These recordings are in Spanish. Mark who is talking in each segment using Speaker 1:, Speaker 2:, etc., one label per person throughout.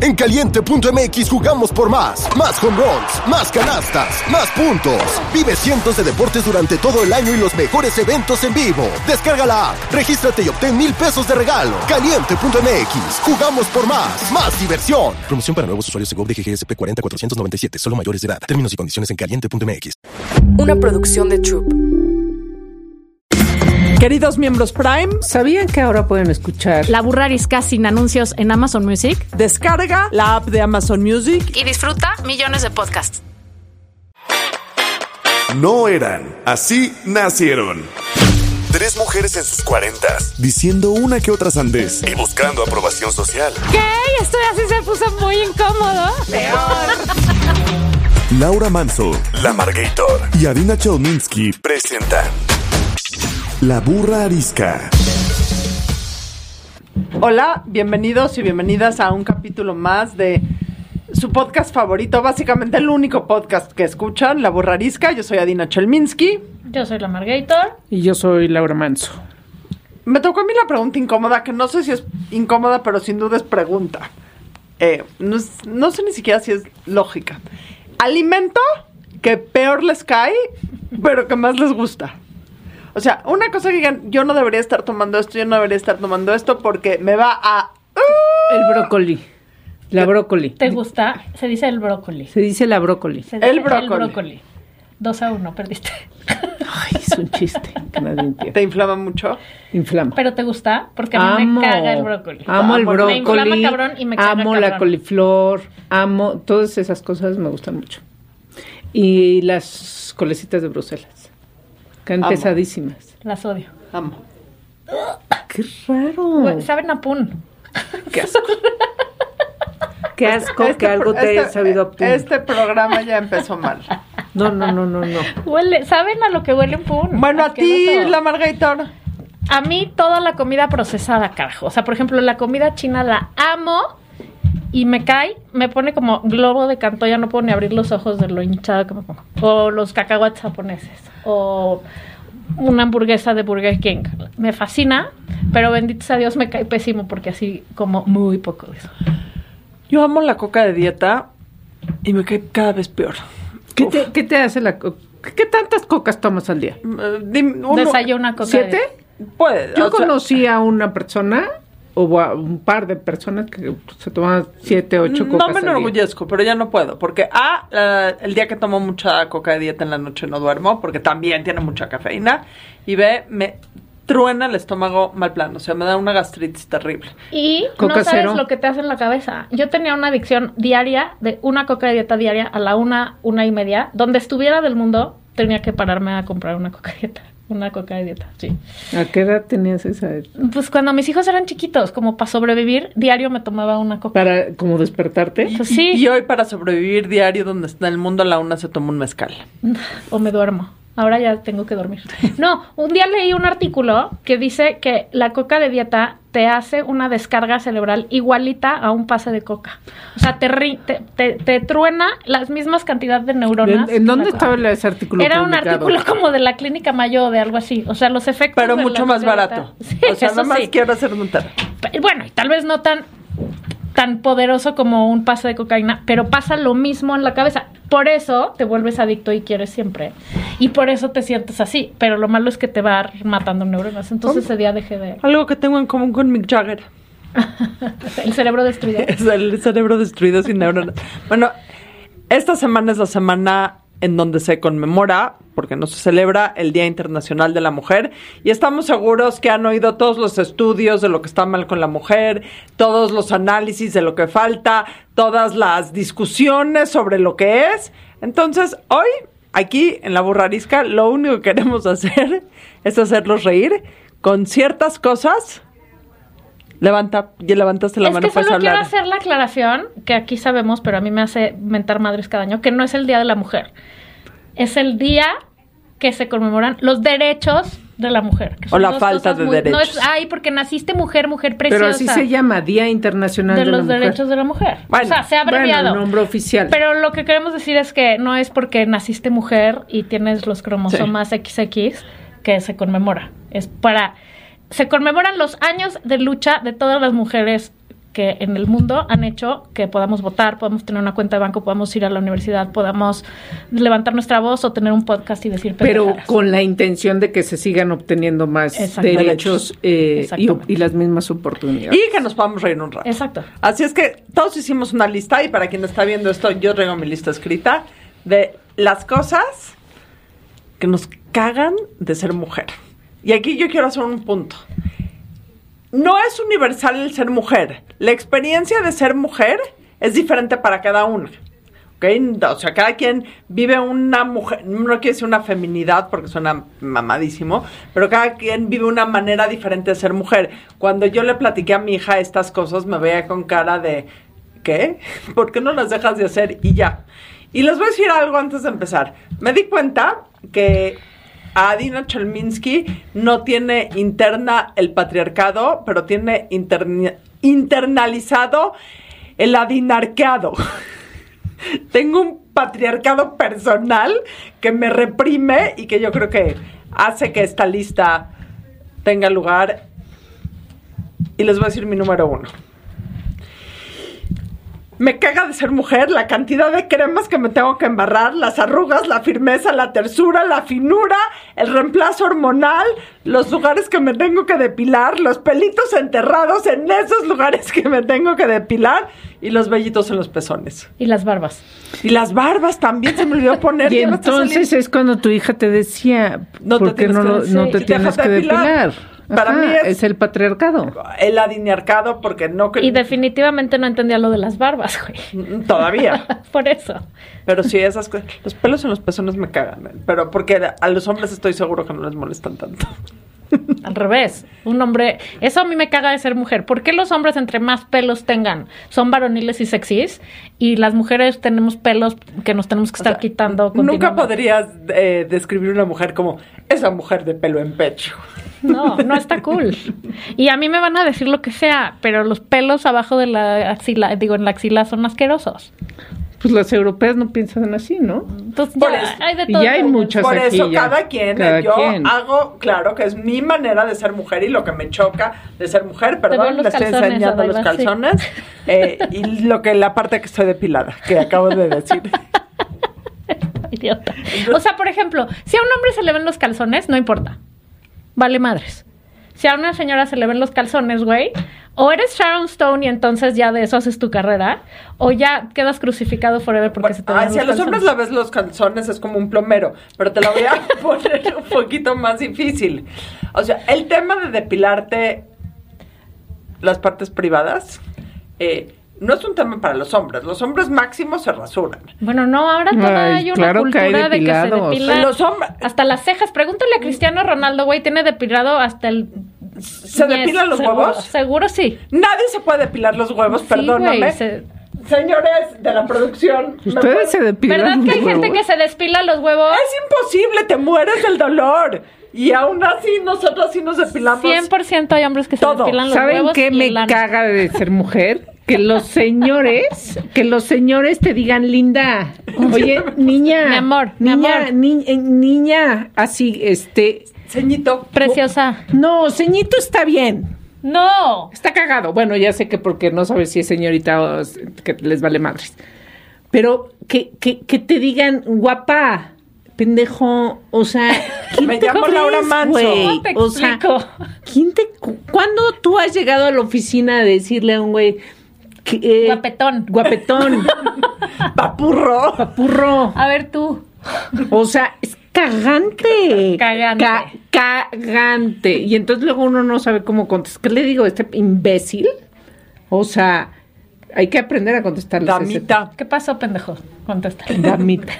Speaker 1: En caliente.mx jugamos por más. Más home runs, más canastas, más puntos. Vive cientos de deportes durante todo el año y los mejores eventos en vivo. Descarga la app, regístrate y obtén mil pesos de regalo. Caliente.mx, jugamos por más. Más diversión.
Speaker 2: Promoción para nuevos usuarios de GOV de GGSP 40497, solo mayores de edad. Términos y condiciones en caliente.mx.
Speaker 3: Una producción de Troop.
Speaker 4: Queridos miembros Prime,
Speaker 5: ¿Sabían que ahora pueden escuchar?
Speaker 6: La burrarisca sin anuncios en Amazon Music
Speaker 4: descarga la app de Amazon Music.
Speaker 6: y disfruta millones de podcasts.
Speaker 7: No eran, así nacieron. Tres mujeres en sus cuarentas, diciendo una que otra sandez y buscando aprobación social.
Speaker 6: ¿Qué? Esto ya sí se puso muy incómodo.
Speaker 7: Laura Manso, La Margator y Arina Chelminsky presentan La Burra Arisca.
Speaker 4: Hola, bienvenidos y bienvenidas a un capítulo más de su podcast favorito, básicamente el único podcast que escuchan, La Borrarisca. Yo soy Adina Chelminsky.
Speaker 6: Yo soy la Margator.
Speaker 5: Y yo soy Laura Manso.
Speaker 4: Me tocó a mí la pregunta incómoda, que no sé si es incómoda, pero sin duda es pregunta. Eh, no, es- no sé ni siquiera si es lógica. Alimento que peor les cae, pero que más les gusta. O sea, una cosa que digan, yo no debería estar tomando esto, yo no debería estar tomando esto porque me va a... uh,
Speaker 5: El brócoli. La brócoli.
Speaker 8: ¿Te gusta? Se dice el brócoli.
Speaker 5: Se dice la brócoli.
Speaker 8: Se dice
Speaker 4: El brócoli.
Speaker 8: Dos a uno, perdiste.
Speaker 5: Ay, es un chiste que nadie entiende.
Speaker 4: Te inflama mucho.
Speaker 5: Inflama.
Speaker 8: Pero te gusta porque a mí
Speaker 5: Amo.
Speaker 8: me caga el brócoli.
Speaker 5: Amo el
Speaker 4: Me
Speaker 8: inflama
Speaker 5: brócoli.
Speaker 8: cabrón y me caga
Speaker 5: amo la
Speaker 8: cabrón.
Speaker 5: coliflor. Amo todas esas cosas me gustan mucho. Y las colecitas de Bruselas. Caen
Speaker 4: Amo.
Speaker 5: pesadísimas.
Speaker 8: Las odio.
Speaker 4: Amo.
Speaker 5: Qué raro.
Speaker 8: Saben a pun.
Speaker 5: Qué asco que
Speaker 4: pro-
Speaker 5: algo te
Speaker 4: este-
Speaker 5: he sabido obtener.
Speaker 4: Este programa ya empezó mal.
Speaker 5: No, no, no, no, no.
Speaker 8: Huele, saben a lo que huele un pun.
Speaker 4: Bueno, a ti,
Speaker 8: Asqueroso.
Speaker 4: la Margator.
Speaker 8: A mí toda la comida procesada, carajo. O sea, por ejemplo, la comida china la amo y me cae, me pone como globo de canto, ya no puedo ni abrir los ojos de lo hinchada que me pongo. O los cacahuates japoneses. O una hamburguesa de Burger King. Me fascina, pero bendito sea Dios me cae pésimo porque así como muy poco de eso.
Speaker 4: Yo amo la coca de dieta y me cae cada vez peor.
Speaker 5: ¿Qué te, qué te hace la co- qué- ¿Qué tantas cocas tomas al día?
Speaker 4: Eh, dim- uno-
Speaker 8: Desayuna coca.
Speaker 5: ¿Siete?
Speaker 4: Puede,
Speaker 5: Yo
Speaker 4: o sea,
Speaker 5: conocí a una persona o a un par de personas que se tomaban siete, ocho
Speaker 4: Mm, No
Speaker 5: cocas.
Speaker 4: me
Speaker 5: al día.
Speaker 4: enorgullezco, pero ya no puedo. Porque A, la- el día que tomo mucha coca de dieta en la noche no duermo, porque también tiene mucha cafeína. Y B, me truena el estómago mal plano. O sea, me da una gastritis terrible.
Speaker 8: Y
Speaker 5: Coca
Speaker 8: no sabes
Speaker 5: cero.
Speaker 8: lo que te hace en la cabeza. Yo tenía una adicción diaria de una coca de dieta diaria a la una, una y media. Donde estuviera del mundo, tenía que pararme a comprar una coca de dieta. Una coca de dieta, sí.
Speaker 5: ¿A qué edad tenías esa?
Speaker 8: Pues cuando mis hijos eran chiquitos, como para sobrevivir, diario me tomaba una coca.
Speaker 5: Para como despertarte.
Speaker 8: Pues
Speaker 4: Y-
Speaker 8: sí,
Speaker 4: Y hoy, para sobrevivir diario donde está el mundo, a la una se toma un mezcal.
Speaker 8: o me duermo. Ahora ya tengo que dormir. No, un día leí un artículo que dice que la coca de dieta te hace una descarga cerebral igualita a un pase de coca. O sea, te, ri- te, te- te truena las mismas cantidades de neuronas.
Speaker 5: ¿En, en dónde
Speaker 8: La coca.
Speaker 5: estaba ese artículo?
Speaker 8: Era un
Speaker 5: publicado?
Speaker 8: artículo como de la clínica Mayo o de algo así. O sea, los efectos.
Speaker 4: Pero
Speaker 8: de
Speaker 4: mucho
Speaker 8: la
Speaker 4: más
Speaker 8: coca de
Speaker 4: barato.
Speaker 8: dieta. Sí,
Speaker 4: o sea,
Speaker 8: eso
Speaker 4: nada más
Speaker 8: sí.
Speaker 4: quiero hacer notar.
Speaker 8: Pe- Bueno, y tal vez no tan tan poderoso como un pase de cocaína, pero pasa lo mismo en la cabeza. Por eso te vuelves adicto y quieres siempre. Y por eso te sientes así. Pero lo malo es que te va matando neuronas. Entonces ese día dejé de...
Speaker 4: Algo que tengo en común con Mick Jagger.
Speaker 8: El cerebro destruido.
Speaker 4: Es el cerebro destruido sin neuronas. Bueno, esta semana es la semana en donde se conmemora, porque no se celebra, el Día Internacional de la Mujer. Y estamos seguros que han oído todos los estudios de lo que está mal con la mujer, todos los análisis de lo que falta, todas las discusiones sobre lo que es. Entonces, hoy, aquí en La Burrarisca, lo único que queremos hacer es hacerlos reír con ciertas cosas. Levanta, ya levantaste la
Speaker 8: es
Speaker 4: mano
Speaker 8: que solo
Speaker 4: para hablar.
Speaker 8: quiero hacer la aclaración, que aquí sabemos, pero a mí me hace mentar madres cada año, que no es el Día de la Mujer. Es el día que se conmemoran los derechos de la mujer. que son
Speaker 4: O la
Speaker 8: dos
Speaker 4: falta
Speaker 8: cosas
Speaker 4: de
Speaker 8: No
Speaker 4: derechos.
Speaker 8: es, ay, porque naciste mujer, mujer preciosa.
Speaker 5: Pero así se llama, Día Internacional de,
Speaker 8: de
Speaker 5: la
Speaker 8: los
Speaker 5: Mujer.
Speaker 8: derechos de la mujer.
Speaker 4: Bueno,
Speaker 8: o sea, se ha
Speaker 5: Bueno,
Speaker 8: abreviado.
Speaker 5: el nombre oficial.
Speaker 8: Pero lo que queremos decir es que no es porque naciste mujer y tienes los cromosomas XX que se conmemora. Es para. Se conmemoran los años de lucha de todas las mujeres que en el mundo han hecho que podamos votar, podamos tener una cuenta de banco, podamos ir a la universidad, podamos levantar nuestra voz o tener un podcast y decir
Speaker 5: Pero
Speaker 8: pendejadas.
Speaker 5: con la intención de que se sigan obteniendo más
Speaker 8: Exactamente.
Speaker 5: derechos eh, y,
Speaker 8: Exactamente.
Speaker 5: y las mismas oportunidades.
Speaker 4: Y que nos podamos reír un rato.
Speaker 8: Exacto.
Speaker 4: Así es que todos hicimos una lista y para quien está viendo esto, yo traigo mi lista escrita de las cosas que nos cagan de ser mujer. Y aquí yo quiero hacer un punto. No es universal el ser mujer. La experiencia de ser mujer es diferente para cada una. ¿ok? O sea, cada quien vive una mujer, no quiero decir una feminidad porque suena mamadísimo, pero cada quien vive una manera diferente de ser mujer. Cuando yo le platiqué a mi hija estas cosas, me veía con cara de, ¿qué? ¿Por qué no las dejas de hacer? Y ya. Y les voy a decir algo antes de empezar. Me di cuenta que a Adina Chelminsky no tiene interna el patriarcado, pero tiene interni- internalizado el adinarqueado. Tengo un patriarcado personal que me reprime y que yo creo que hace que esta lista tenga lugar. Y les voy a decir mi número uno. Me caga de ser mujer la cantidad de cremas que me tengo que embarrar, las arrugas, la firmeza, la tersura, la finura, el reemplazo hormonal, los lugares que me tengo que depilar, los pelitos enterrados en esos lugares que me tengo que depilar y los vellitos en los pezones.
Speaker 8: Y las barbas.
Speaker 4: Y las barbas también se me olvidó poner.
Speaker 5: Y
Speaker 4: ya me está
Speaker 5: entonces
Speaker 4: saliendo.
Speaker 5: es cuando tu hija te decía,
Speaker 4: No te
Speaker 5: ¿por qué
Speaker 4: tienes
Speaker 5: no,
Speaker 4: que
Speaker 5: lo-
Speaker 4: decir,
Speaker 5: no te
Speaker 4: y
Speaker 5: tienes
Speaker 4: déjate
Speaker 5: que depilar?
Speaker 4: Para
Speaker 5: Ajá,
Speaker 4: mí es-
Speaker 5: el patriarcado.
Speaker 4: el adinercado porque no que-
Speaker 8: Y definitivamente no entendía lo de las barbas, güey.
Speaker 4: todavía.
Speaker 8: Por eso.
Speaker 4: Pero sí esas cosas, los pelos en los pezones me cagan, pero porque a los hombres estoy seguro que no les molestan tanto.
Speaker 8: Al revés, un hombre, eso a mí me caga de ser mujer. ¿Por qué los hombres entre más pelos tengan son varoniles y sexys y las mujeres tenemos pelos que nos tenemos que estar quitando?
Speaker 4: Nunca
Speaker 8: continuamente?
Speaker 4: podrías eh, describir una mujer como esa mujer de pelo en pecho.
Speaker 8: No, no está cool. Y a mí me van a decir lo que sea, pero los pelos abajo de la axila, digo, en la axila son asquerosos.
Speaker 5: Pues las europeas no piensan así, ¿no?
Speaker 8: Entonces,
Speaker 4: Por
Speaker 8: ya,
Speaker 4: eso.
Speaker 8: hay de
Speaker 5: Y
Speaker 8: todo.
Speaker 5: ya hay muchas- Pues
Speaker 4: Por
Speaker 5: aquí
Speaker 4: eso
Speaker 5: ya,
Speaker 4: cada quien,
Speaker 5: cada
Speaker 4: yo
Speaker 5: quien.
Speaker 4: hago, claro, que es mi manera de ser mujer y lo que me choca de ser mujer,
Speaker 8: veo
Speaker 4: perdón,
Speaker 8: los
Speaker 4: le estoy
Speaker 8: calzones,
Speaker 4: enseñando los
Speaker 8: Adela, sí.
Speaker 4: calzones eh, y lo que la parte que estoy depilada, que acabo de decir.
Speaker 8: Idiota. O sea, por ejemplo, si a un hombre se le ven los calzones, no importa. Vale madres. Si a una señora se le ven los calzones, güey, o eres Sharon Stone y entonces ya de eso haces tu carrera, o ya quedas crucificado forever porque se te
Speaker 4: Ah,
Speaker 8: ven
Speaker 4: si a los hombres la ves los calzones es como un plomero, pero te la voy a poner un poquito más difícil. O sea, el tema de depilarte las partes privadas eh, no es un tema para los hombres. Los hombres máximos se rasuran.
Speaker 8: Bueno, no, ahora todavía
Speaker 5: Ay,
Speaker 8: hay una
Speaker 5: claro que hay
Speaker 8: cultura de que se
Speaker 5: depilados.
Speaker 8: depilan
Speaker 4: Los hombres-
Speaker 8: hasta las cejas. Pregúntale a Cristiano Ronaldo, güey, tiene depilado hasta el...
Speaker 4: ¿Se
Speaker 8: Yes,
Speaker 4: depilan los
Speaker 8: seguro-
Speaker 4: huevos?
Speaker 8: Seguro sí.
Speaker 4: Nadie se puede depilar los huevos,
Speaker 8: Sí,
Speaker 4: perdóname.
Speaker 8: güey, se-
Speaker 4: Señores de la producción. ¿me pueden-
Speaker 5: Ustedes se depilan.
Speaker 8: ¿Verdad que hay
Speaker 5: los
Speaker 8: gente que
Speaker 5: huevos?
Speaker 8: se despila los huevos?
Speaker 4: Es imposible, te mueres del dolor. Y aún así, nosotros sí nos depilamos.
Speaker 8: 100% hay hombres que se
Speaker 4: Todo.
Speaker 8: depilan los
Speaker 5: ¿Saben
Speaker 8: huevos.
Speaker 5: qué
Speaker 8: y
Speaker 5: me
Speaker 8: el ano.
Speaker 5: caga de ser mujer? Que los señores, que los señores te digan linda. Oye, niña.
Speaker 8: Mi amor, mi
Speaker 5: niña,
Speaker 8: amor.
Speaker 5: ni- eh, niña, así este,
Speaker 4: Ceñito.
Speaker 8: Preciosa.
Speaker 5: no, ceñito está bien.
Speaker 8: No.
Speaker 5: Está cagado. Bueno, ya sé que porque no sabes si es señorita o es- que les vale madres. Pero que, que, que te digan guapa, pendejo, o sea, ¿quién
Speaker 4: Me
Speaker 5: te
Speaker 4: llamo
Speaker 5: crees,
Speaker 4: Laura Manso.
Speaker 5: güey?
Speaker 8: ¿Cómo te
Speaker 5: o sea,
Speaker 8: explico?
Speaker 5: ¿quién te cu- ¿cuándo tú has llegado a la oficina a decirle a un güey que, eh,
Speaker 8: Guapetón.
Speaker 5: Guapetón,
Speaker 4: Papurro.
Speaker 5: papurro.
Speaker 8: A ver tú.
Speaker 5: O sea, es cagante.
Speaker 8: Cagante.
Speaker 5: Ca- cagante. Y entonces luego uno no sabe cómo contestar. ¿Qué le digo a este imbécil? O sea, hay que aprender a contestarles. a ese-
Speaker 4: Damita.
Speaker 8: ¿Qué pasó, pendejo? Contesta.
Speaker 5: Damita.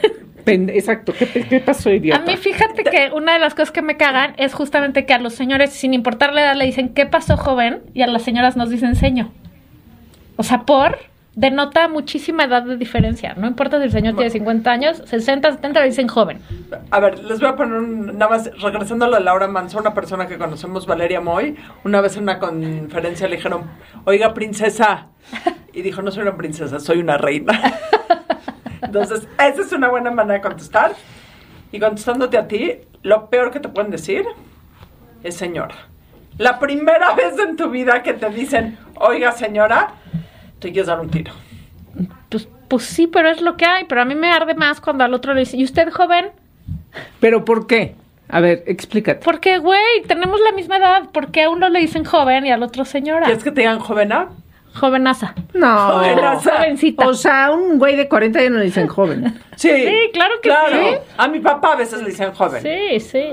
Speaker 5: Pende- Exacto. ¿Qué, qué pasó,
Speaker 8: A
Speaker 5: idiota?
Speaker 8: mí fíjate que una de las cosas que me cagan es justamente que a los señores, sin importar la edad, le dicen ¿qué pasó, joven? Y a las señoras nos dicen seño. O sea, por denota muchísima edad de diferencia. No importa si el señor tiene 50 años, 60, 70, le dicen joven.
Speaker 4: A ver, les voy a poner un- nada más, regresando a lo de Laura Manso, una persona que conocemos, Valeria Moy, una vez en una conferencia le dijeron, oiga, princesa. Y dijo, no soy una princesa, soy una reina. Entonces, esa es una buena manera de contestar. Y contestándote a ti, lo peor que te pueden decir es señora. La primera vez en tu vida que te dicen, oiga señora, te quieres dar un tiro.
Speaker 8: Pues, pues sí, pero es lo que hay. Pero a mí me arde más cuando al otro le dice, ¿y usted joven?
Speaker 5: ¿Pero por qué? A ver, explícate.
Speaker 8: Porque, güey, tenemos la misma edad. ¿Por qué a uno le dicen joven y al otro señora?
Speaker 4: ¿Quieres que te digan ah, jovena?
Speaker 8: Jovenaza.
Speaker 5: No.
Speaker 4: ah,
Speaker 8: Jovencita.
Speaker 5: O sea, un güey de 40 ya no le dicen joven.
Speaker 4: Sí,
Speaker 8: Sí, claro que sí.
Speaker 4: A mi papá a veces le dicen joven. Sí,
Speaker 8: Sí,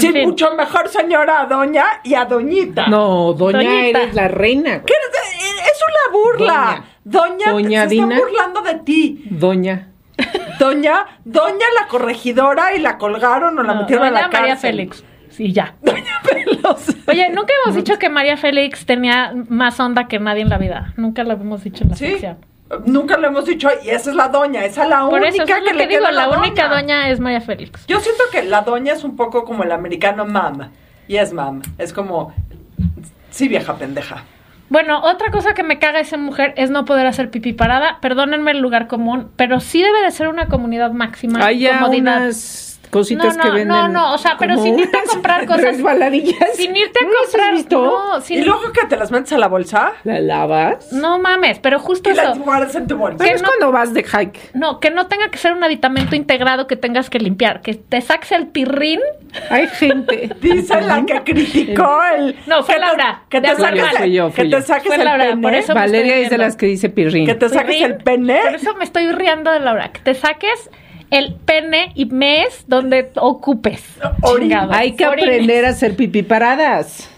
Speaker 8: sí. en fin.
Speaker 4: mucho mejor señora a doña y a doñita.
Speaker 5: No, doña
Speaker 8: Doñita.
Speaker 5: eres la reina.
Speaker 4: ¿Qué
Speaker 5: güey.
Speaker 4: eres de- Es una burla. Doña,
Speaker 5: Doña
Speaker 4: se
Speaker 5: Dina.
Speaker 4: está burlando de ti.
Speaker 5: Doña.
Speaker 4: Doña, doña la corregidora y la colgaron o la
Speaker 8: No,
Speaker 4: metieron a la
Speaker 8: doña
Speaker 4: cárcel.
Speaker 8: María Félix. Sí, ya.
Speaker 4: Doña Pelos.
Speaker 8: Oye, nunca hemos dicho que María Félix tenía más onda que nadie en la vida. Nunca lo hemos dicho en la
Speaker 4: Sí.
Speaker 8: sección.
Speaker 4: Nunca lo hemos dicho y esa es la doña, esa es la
Speaker 8: Por
Speaker 4: única
Speaker 8: eso, eso es
Speaker 4: que
Speaker 8: lo
Speaker 4: le
Speaker 8: que digo,
Speaker 4: queda a
Speaker 8: la única doña es María Félix.
Speaker 4: Yo siento que la doña es un poco como el americano mam. Y es mam. Es como. Sí, vieja pendeja.
Speaker 8: Bueno, otra cosa que me caga esa mujer es no poder hacer pipí parada. Perdónenme el lugar común, pero sí debe de ser una comunidad máxima.
Speaker 5: Hay ya
Speaker 8: comodidad.
Speaker 5: unas cositas
Speaker 8: No, no,
Speaker 5: que
Speaker 8: no,
Speaker 5: venden.
Speaker 8: no, o sea, pero
Speaker 5: como
Speaker 8: sin irte a
Speaker 5: unas
Speaker 8: comprar cosas.
Speaker 5: resbaladillas.
Speaker 8: Sin irte a
Speaker 5: ¿No las has
Speaker 8: comprar.
Speaker 5: visto?
Speaker 8: No, sin-
Speaker 4: Y luego que te las metes a la bolsa
Speaker 5: ¿La lavas?
Speaker 8: no mames, pero justo
Speaker 4: y las
Speaker 8: eso.
Speaker 4: guardas en tu bolsa.
Speaker 8: ¿Qué?
Speaker 5: Pero es
Speaker 8: no-
Speaker 5: cuando vas de hike.
Speaker 8: No, que no tenga que ser un aditamento integrado que tengas que limpiar, que te saques el pirrín.
Speaker 5: Hay gente.
Speaker 4: Dice la que criticó el.
Speaker 8: No, fue
Speaker 4: que te-
Speaker 8: Laura.
Speaker 4: Que
Speaker 8: Ya
Speaker 4: te
Speaker 8: fui yo,
Speaker 4: saques
Speaker 5: fui yo,
Speaker 4: el-
Speaker 5: fui
Speaker 4: que
Speaker 5: yo.
Speaker 4: te saques
Speaker 8: Fue
Speaker 4: el
Speaker 8: Laura,
Speaker 4: pene.
Speaker 8: por eso me
Speaker 5: Valeria
Speaker 8: estoy
Speaker 5: es de
Speaker 8: riendo.
Speaker 5: las que dice pirrín.
Speaker 4: Que te saques
Speaker 8: Pirrín.
Speaker 4: el pene.
Speaker 8: Por eso me estoy riendo de Laura. Que te saques el pene y mes donde ocupes.
Speaker 4: Orín.
Speaker 8: Chingados.
Speaker 5: Hay que
Speaker 8: Orines.
Speaker 5: aprender a hacer pipí paradas.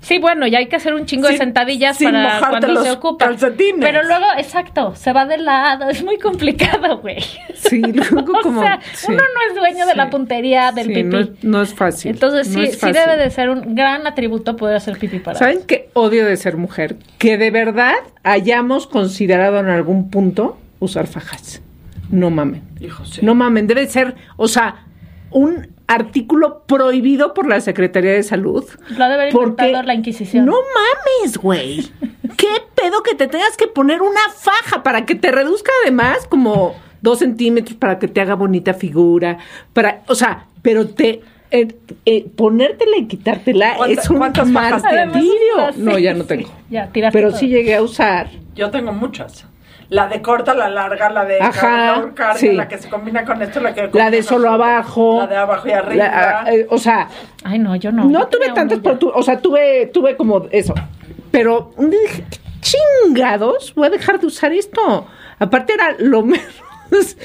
Speaker 8: Sí, bueno, y hay que hacer un chingo de
Speaker 4: Sin-
Speaker 8: sentadillas
Speaker 4: sin
Speaker 8: para
Speaker 4: mojarte
Speaker 8: cuando
Speaker 4: los
Speaker 8: se ocupa.
Speaker 4: calcetines.
Speaker 8: Pero luego, exacto, se va de lado. Es muy complicado, güey.
Speaker 5: Sí, luego
Speaker 8: O
Speaker 5: como.
Speaker 8: sea,
Speaker 5: sí.
Speaker 8: uno no es dueño de
Speaker 5: Sí.
Speaker 8: la puntería del
Speaker 5: Sí,
Speaker 8: pipí.
Speaker 5: No, es- no es fácil.
Speaker 8: Entonces
Speaker 5: no
Speaker 8: sí,
Speaker 5: es
Speaker 8: sí
Speaker 5: fácil.
Speaker 8: debe de ser un gran atributo poder hacer pipí para.
Speaker 5: ¿Saben qué odio de ser mujer? Que de verdad hayamos considerado en algún punto usar fajas. No mamen.
Speaker 4: Hijo, sí.
Speaker 5: No mamen. Debe ser, o sea, un artículo prohibido por la Secretaría de Salud.
Speaker 8: Lo ha de haber
Speaker 5: Porque-
Speaker 8: inventado la Inquisición.
Speaker 5: No mames, güey. ¿Qué pedo que te tengas que poner una faja para que te reduzca además como dos centímetros para que te haga bonita figura? Para, o sea, pero te eh, eh, ponértela y quitártela
Speaker 4: ¿Cuánta-
Speaker 5: es un
Speaker 4: cuántas fajas tienes?
Speaker 5: martirio.
Speaker 8: Además,
Speaker 5: No, ya no
Speaker 8: sí,
Speaker 5: tengo.
Speaker 8: ya, tiraste
Speaker 5: Pero
Speaker 8: todo.
Speaker 5: sí llegué a usar.
Speaker 4: Yo tengo muchas. La de corta, la larga, la de
Speaker 5: Ajá,
Speaker 4: cargador, carga,
Speaker 5: sí.
Speaker 4: la que se combina con esto, la que
Speaker 5: La
Speaker 4: combina
Speaker 5: de
Speaker 4: con
Speaker 5: solo
Speaker 4: esto,
Speaker 5: abajo.
Speaker 4: La de abajo y arriba.
Speaker 5: la- ah, eh, o sea,
Speaker 8: Ay, no, yo no.
Speaker 5: No,
Speaker 8: Yo
Speaker 5: tuve
Speaker 8: tenía
Speaker 5: tantas,
Speaker 8: una
Speaker 5: pero
Speaker 8: ya.
Speaker 5: tu- o sea, tuve, tuve como eso. Pero un día dije, "¿Qué chingados, voy a dejar de usar esto. Aparte era lo menos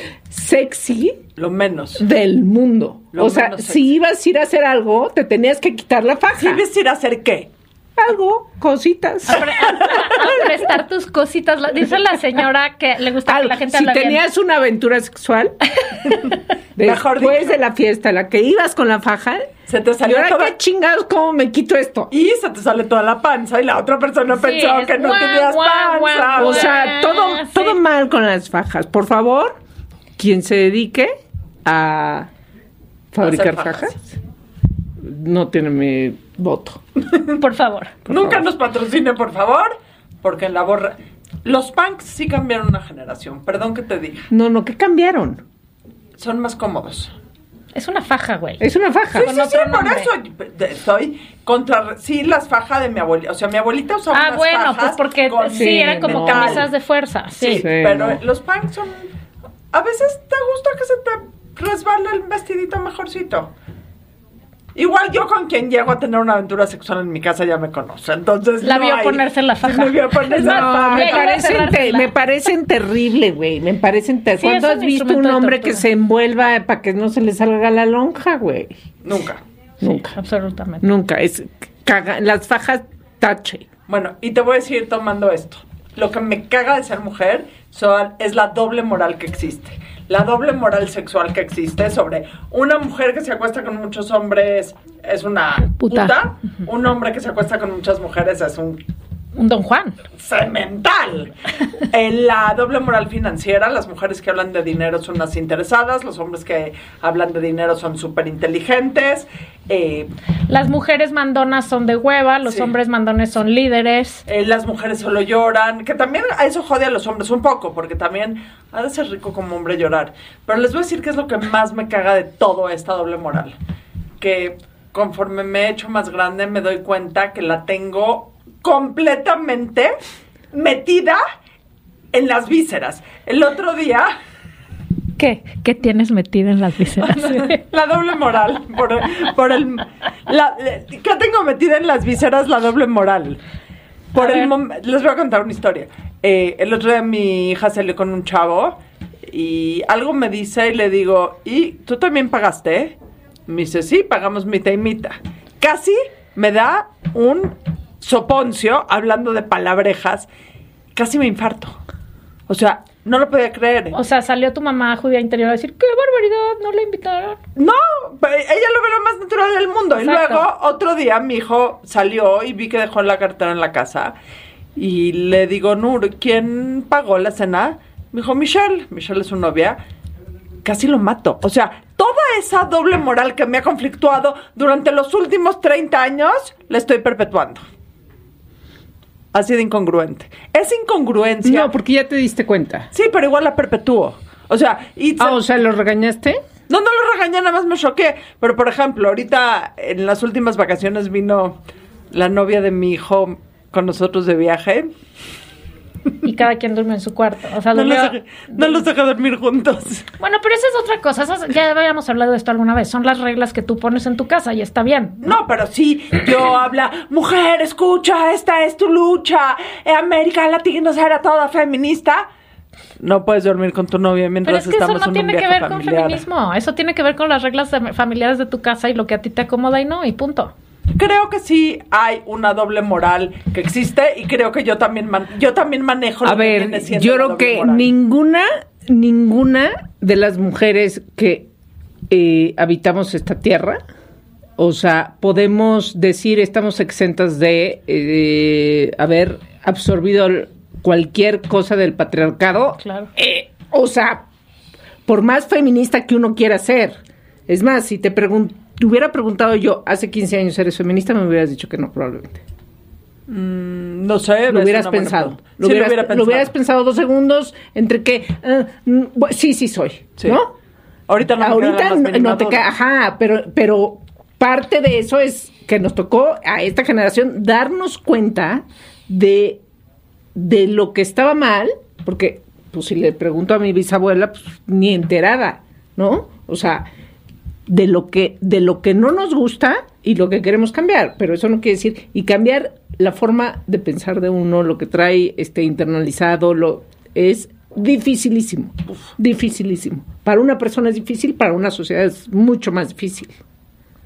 Speaker 5: sexy
Speaker 4: Lo menos.
Speaker 5: del mundo.
Speaker 4: Lo
Speaker 5: o sea,
Speaker 4: menos
Speaker 5: si
Speaker 4: sexy.
Speaker 5: ibas a ir a hacer algo, te tenías que quitar la faja.
Speaker 4: ¿Debes ir a hacer qué?
Speaker 5: Algo, cositas.
Speaker 8: Pre- a prestar tus cositas. La- Dice la señora que le gusta que
Speaker 5: Algo.
Speaker 4: Ah,
Speaker 8: la gente
Speaker 5: si
Speaker 8: habla bien.
Speaker 5: tenías una aventura sexual,
Speaker 4: Mejor
Speaker 5: después
Speaker 4: dicho.
Speaker 5: de la fiesta, en la que ibas con la faja,
Speaker 4: Se te
Speaker 5: y
Speaker 4: salió
Speaker 5: ahora
Speaker 4: toda
Speaker 5: qué chingados, ¿cómo me quito esto?
Speaker 4: y se te sale toda la panza y la otra persona
Speaker 8: Sí,
Speaker 4: pensó
Speaker 8: es
Speaker 4: que no
Speaker 8: guau,
Speaker 4: tenías
Speaker 8: guau,
Speaker 4: panza.
Speaker 8: guau,
Speaker 5: O
Speaker 8: guau.
Speaker 5: sea, todo,
Speaker 8: Ah, sí.
Speaker 5: todo mal con las fajas. Por favor, quien se dedique a fabricar
Speaker 4: Hacer fajas.
Speaker 5: fajas, no tiene mi voto.
Speaker 8: Por favor.
Speaker 4: nunca
Speaker 5: favor.
Speaker 4: nos patrocine, por favor, porque en la borra los punks sí cambiaron una generación, perdón que te diga.
Speaker 5: No, no, ¿qué cambiaron?
Speaker 4: Son más cómodos.
Speaker 8: Es una faja, güey.
Speaker 5: Es una faja.
Speaker 4: Sí, sí, sí,
Speaker 8: otro
Speaker 4: por
Speaker 8: nombre.
Speaker 4: eso yo- estoy contra sí las fajas de mi abuelita, o sea, mi abuelita usaba
Speaker 8: Ah,
Speaker 4: unas
Speaker 8: bueno,
Speaker 4: fajas
Speaker 8: pues porque
Speaker 4: con
Speaker 8: sí,
Speaker 5: Sí,
Speaker 8: eran como
Speaker 5: no.
Speaker 8: camisas de fuerza.
Speaker 4: Sí,
Speaker 8: Sí.
Speaker 5: Sí,
Speaker 4: pero
Speaker 5: no.
Speaker 4: los punks son a veces te gusta que se te resbala el vestidito mejorcito. Igual yo con quien llego a tener una aventura sexual en mi casa ya me conoce, entonces
Speaker 8: La
Speaker 4: no
Speaker 8: vio
Speaker 4: hay-
Speaker 8: ponerse la faja.
Speaker 4: La vio
Speaker 8: Es
Speaker 4: ponerse
Speaker 8: más,
Speaker 4: la faja.
Speaker 5: No, me
Speaker 8: Iba a
Speaker 5: parecen, te-
Speaker 8: cerrársela.
Speaker 5: me parecen terrible, güey. Me parecen
Speaker 8: Sí,
Speaker 5: terrible. ¿Cuándo
Speaker 8: es un
Speaker 5: has visto un
Speaker 8: instrumento de
Speaker 5: hombre
Speaker 8: tortura.
Speaker 5: que se envuelva para que no se le salga la lonja, güey?
Speaker 4: Nunca.
Speaker 5: Nunca,
Speaker 8: Absolutamente.
Speaker 5: nunca. Es caga- las fajas tache.
Speaker 4: Bueno, y te voy a seguir tomando esto. Lo que me caga de ser mujer son- es la doble moral que existe. La doble moral sexual que existe sobre una mujer que se acuesta con muchos hombres es una
Speaker 8: Puta.
Speaker 4: puta. Un hombre que se acuesta con muchas mujeres es un
Speaker 8: Un Don Juan.
Speaker 4: cemental. En Eh, la doble moral financiera, las mujeres que hablan de dinero son las interesadas, los hombres que hablan de dinero son súper inteligentes. Eh,
Speaker 8: Las mujeres mandonas son de hueva, los
Speaker 4: Sí.
Speaker 8: hombres mandones son líderes.
Speaker 4: Eh, las mujeres solo lloran, que también a eso jode a los hombres un poco, porque también ha de ser rico como hombre llorar. Pero les voy a decir que es lo que más me caga de todo esta doble moral. Que conforme me he hecho más grande, me doy cuenta que la tengo completamente metida en las vísceras. El otro día,
Speaker 6: ¿Qué? ¿Qué tienes metida en las vísceras?
Speaker 4: la doble moral. Por, por el, la- le- ¿Qué tengo metida en las vísceras? La doble moral. Por
Speaker 8: A
Speaker 4: el
Speaker 8: ver.
Speaker 4: mom- Les voy a contar una historia. Eh, el otro día mi hija salió con un chavo y algo me dice y le digo, ¿y tú también pagaste? Me dice, sí, pagamos mitad y mitad. Casi me da un soponcio hablando de palabrejas. Casi me infarto. O sea, no lo podía creer. ¿eh?
Speaker 8: O sea, salió tu mamá judía interior a decir, qué barbaridad, no la invitaron.
Speaker 4: No, pero ella lo ve lo más natural del mundo.
Speaker 8: Exacto.
Speaker 4: Y luego, otro día, mi hijo salió y vi que dejó la cartera en la casa. Y le digo, Nur, ¿quién pagó la cena? Me dijo, Michelle. Michelle es su novia. Casi lo mato. O sea, toda esa doble moral que me ha conflictuado durante los últimos 30 años, la estoy perpetuando. Así de incongruente. Es incongruencia.
Speaker 5: No, porque ya te diste cuenta.
Speaker 4: Sí, pero igual la perpetúo. O sea, y
Speaker 5: Ah, o sea, ¿lo regañaste?
Speaker 4: no, no lo regañé, nada más me choqué. Pero, por ejemplo, ahorita en las últimas vacaciones vino la novia de mi hijo con nosotros de viaje.
Speaker 8: Y cada quien duerme en su cuarto. O sea,
Speaker 4: No los,
Speaker 8: durmió-
Speaker 4: deja- no los deja dormir juntos.
Speaker 8: Bueno, pero esa es otra cosa. Esas- ya habíamos hablado de esto alguna vez. Son las reglas que tú pones en tu casa y está bien.
Speaker 4: No, pero sí, yo habla, mujer, escucha, esta es tu lucha. Eh, América Latina era toda feminista. No puedes dormir con tu novia
Speaker 8: Pero
Speaker 4: mientras
Speaker 8: es que eso
Speaker 4: estamos
Speaker 8: no
Speaker 4: en un
Speaker 8: tiene
Speaker 4: viaje
Speaker 8: que ver con
Speaker 4: familiar.
Speaker 8: feminismo. Eso tiene que ver con las reglas de- familiares de tu casa y lo que a ti te acomoda y no, y punto.
Speaker 4: Creo que sí hay una doble moral que existe y creo que yo también man- yo también manejo lo
Speaker 5: A
Speaker 4: que viene
Speaker 5: ver,
Speaker 4: siendo
Speaker 5: yo
Speaker 4: la
Speaker 5: creo
Speaker 4: doble
Speaker 5: que
Speaker 4: moral.
Speaker 5: ninguna, ninguna de las mujeres que eh, habitamos esta tierra, o sea, podemos decir estamos exentas de eh, haber absorbido l- cualquier cosa del patriarcado.
Speaker 8: Claro.
Speaker 5: Eh, o sea, por más feminista que uno quiera ser. Es más, si te, pregun- te hubiera preguntado yo hace 15 años, ¿eres feminista? Me hubieras dicho que no, probablemente.
Speaker 4: No sé.
Speaker 5: Lo
Speaker 4: es
Speaker 5: hubieras
Speaker 4: una buena
Speaker 5: pensado.
Speaker 4: pregunta.
Speaker 5: Lo,
Speaker 4: Sí,
Speaker 5: hubieras,
Speaker 4: hubiera
Speaker 5: lo hubieras pensado dos segundos entre que eh, mm, bu- sí, sí soy,
Speaker 4: Sí.
Speaker 5: ¿no?
Speaker 4: Ahorita no me queda la
Speaker 5: Ahorita
Speaker 4: más
Speaker 5: no,
Speaker 4: mínima
Speaker 5: no te
Speaker 4: duda.
Speaker 5: cae, ajá, pero, pero parte de eso es que nos tocó a esta generación darnos cuenta de, de lo que estaba mal, porque pues si le pregunto a mi bisabuela, pues ni enterada, ¿no? O sea, de lo que de lo que no nos gusta y lo que queremos cambiar, pero eso no quiere decir y cambiar la forma de pensar de uno, lo que trae este internalizado, lo es dificilísimo, dificilísimo. Para una persona es difícil, para una sociedad es mucho más difícil.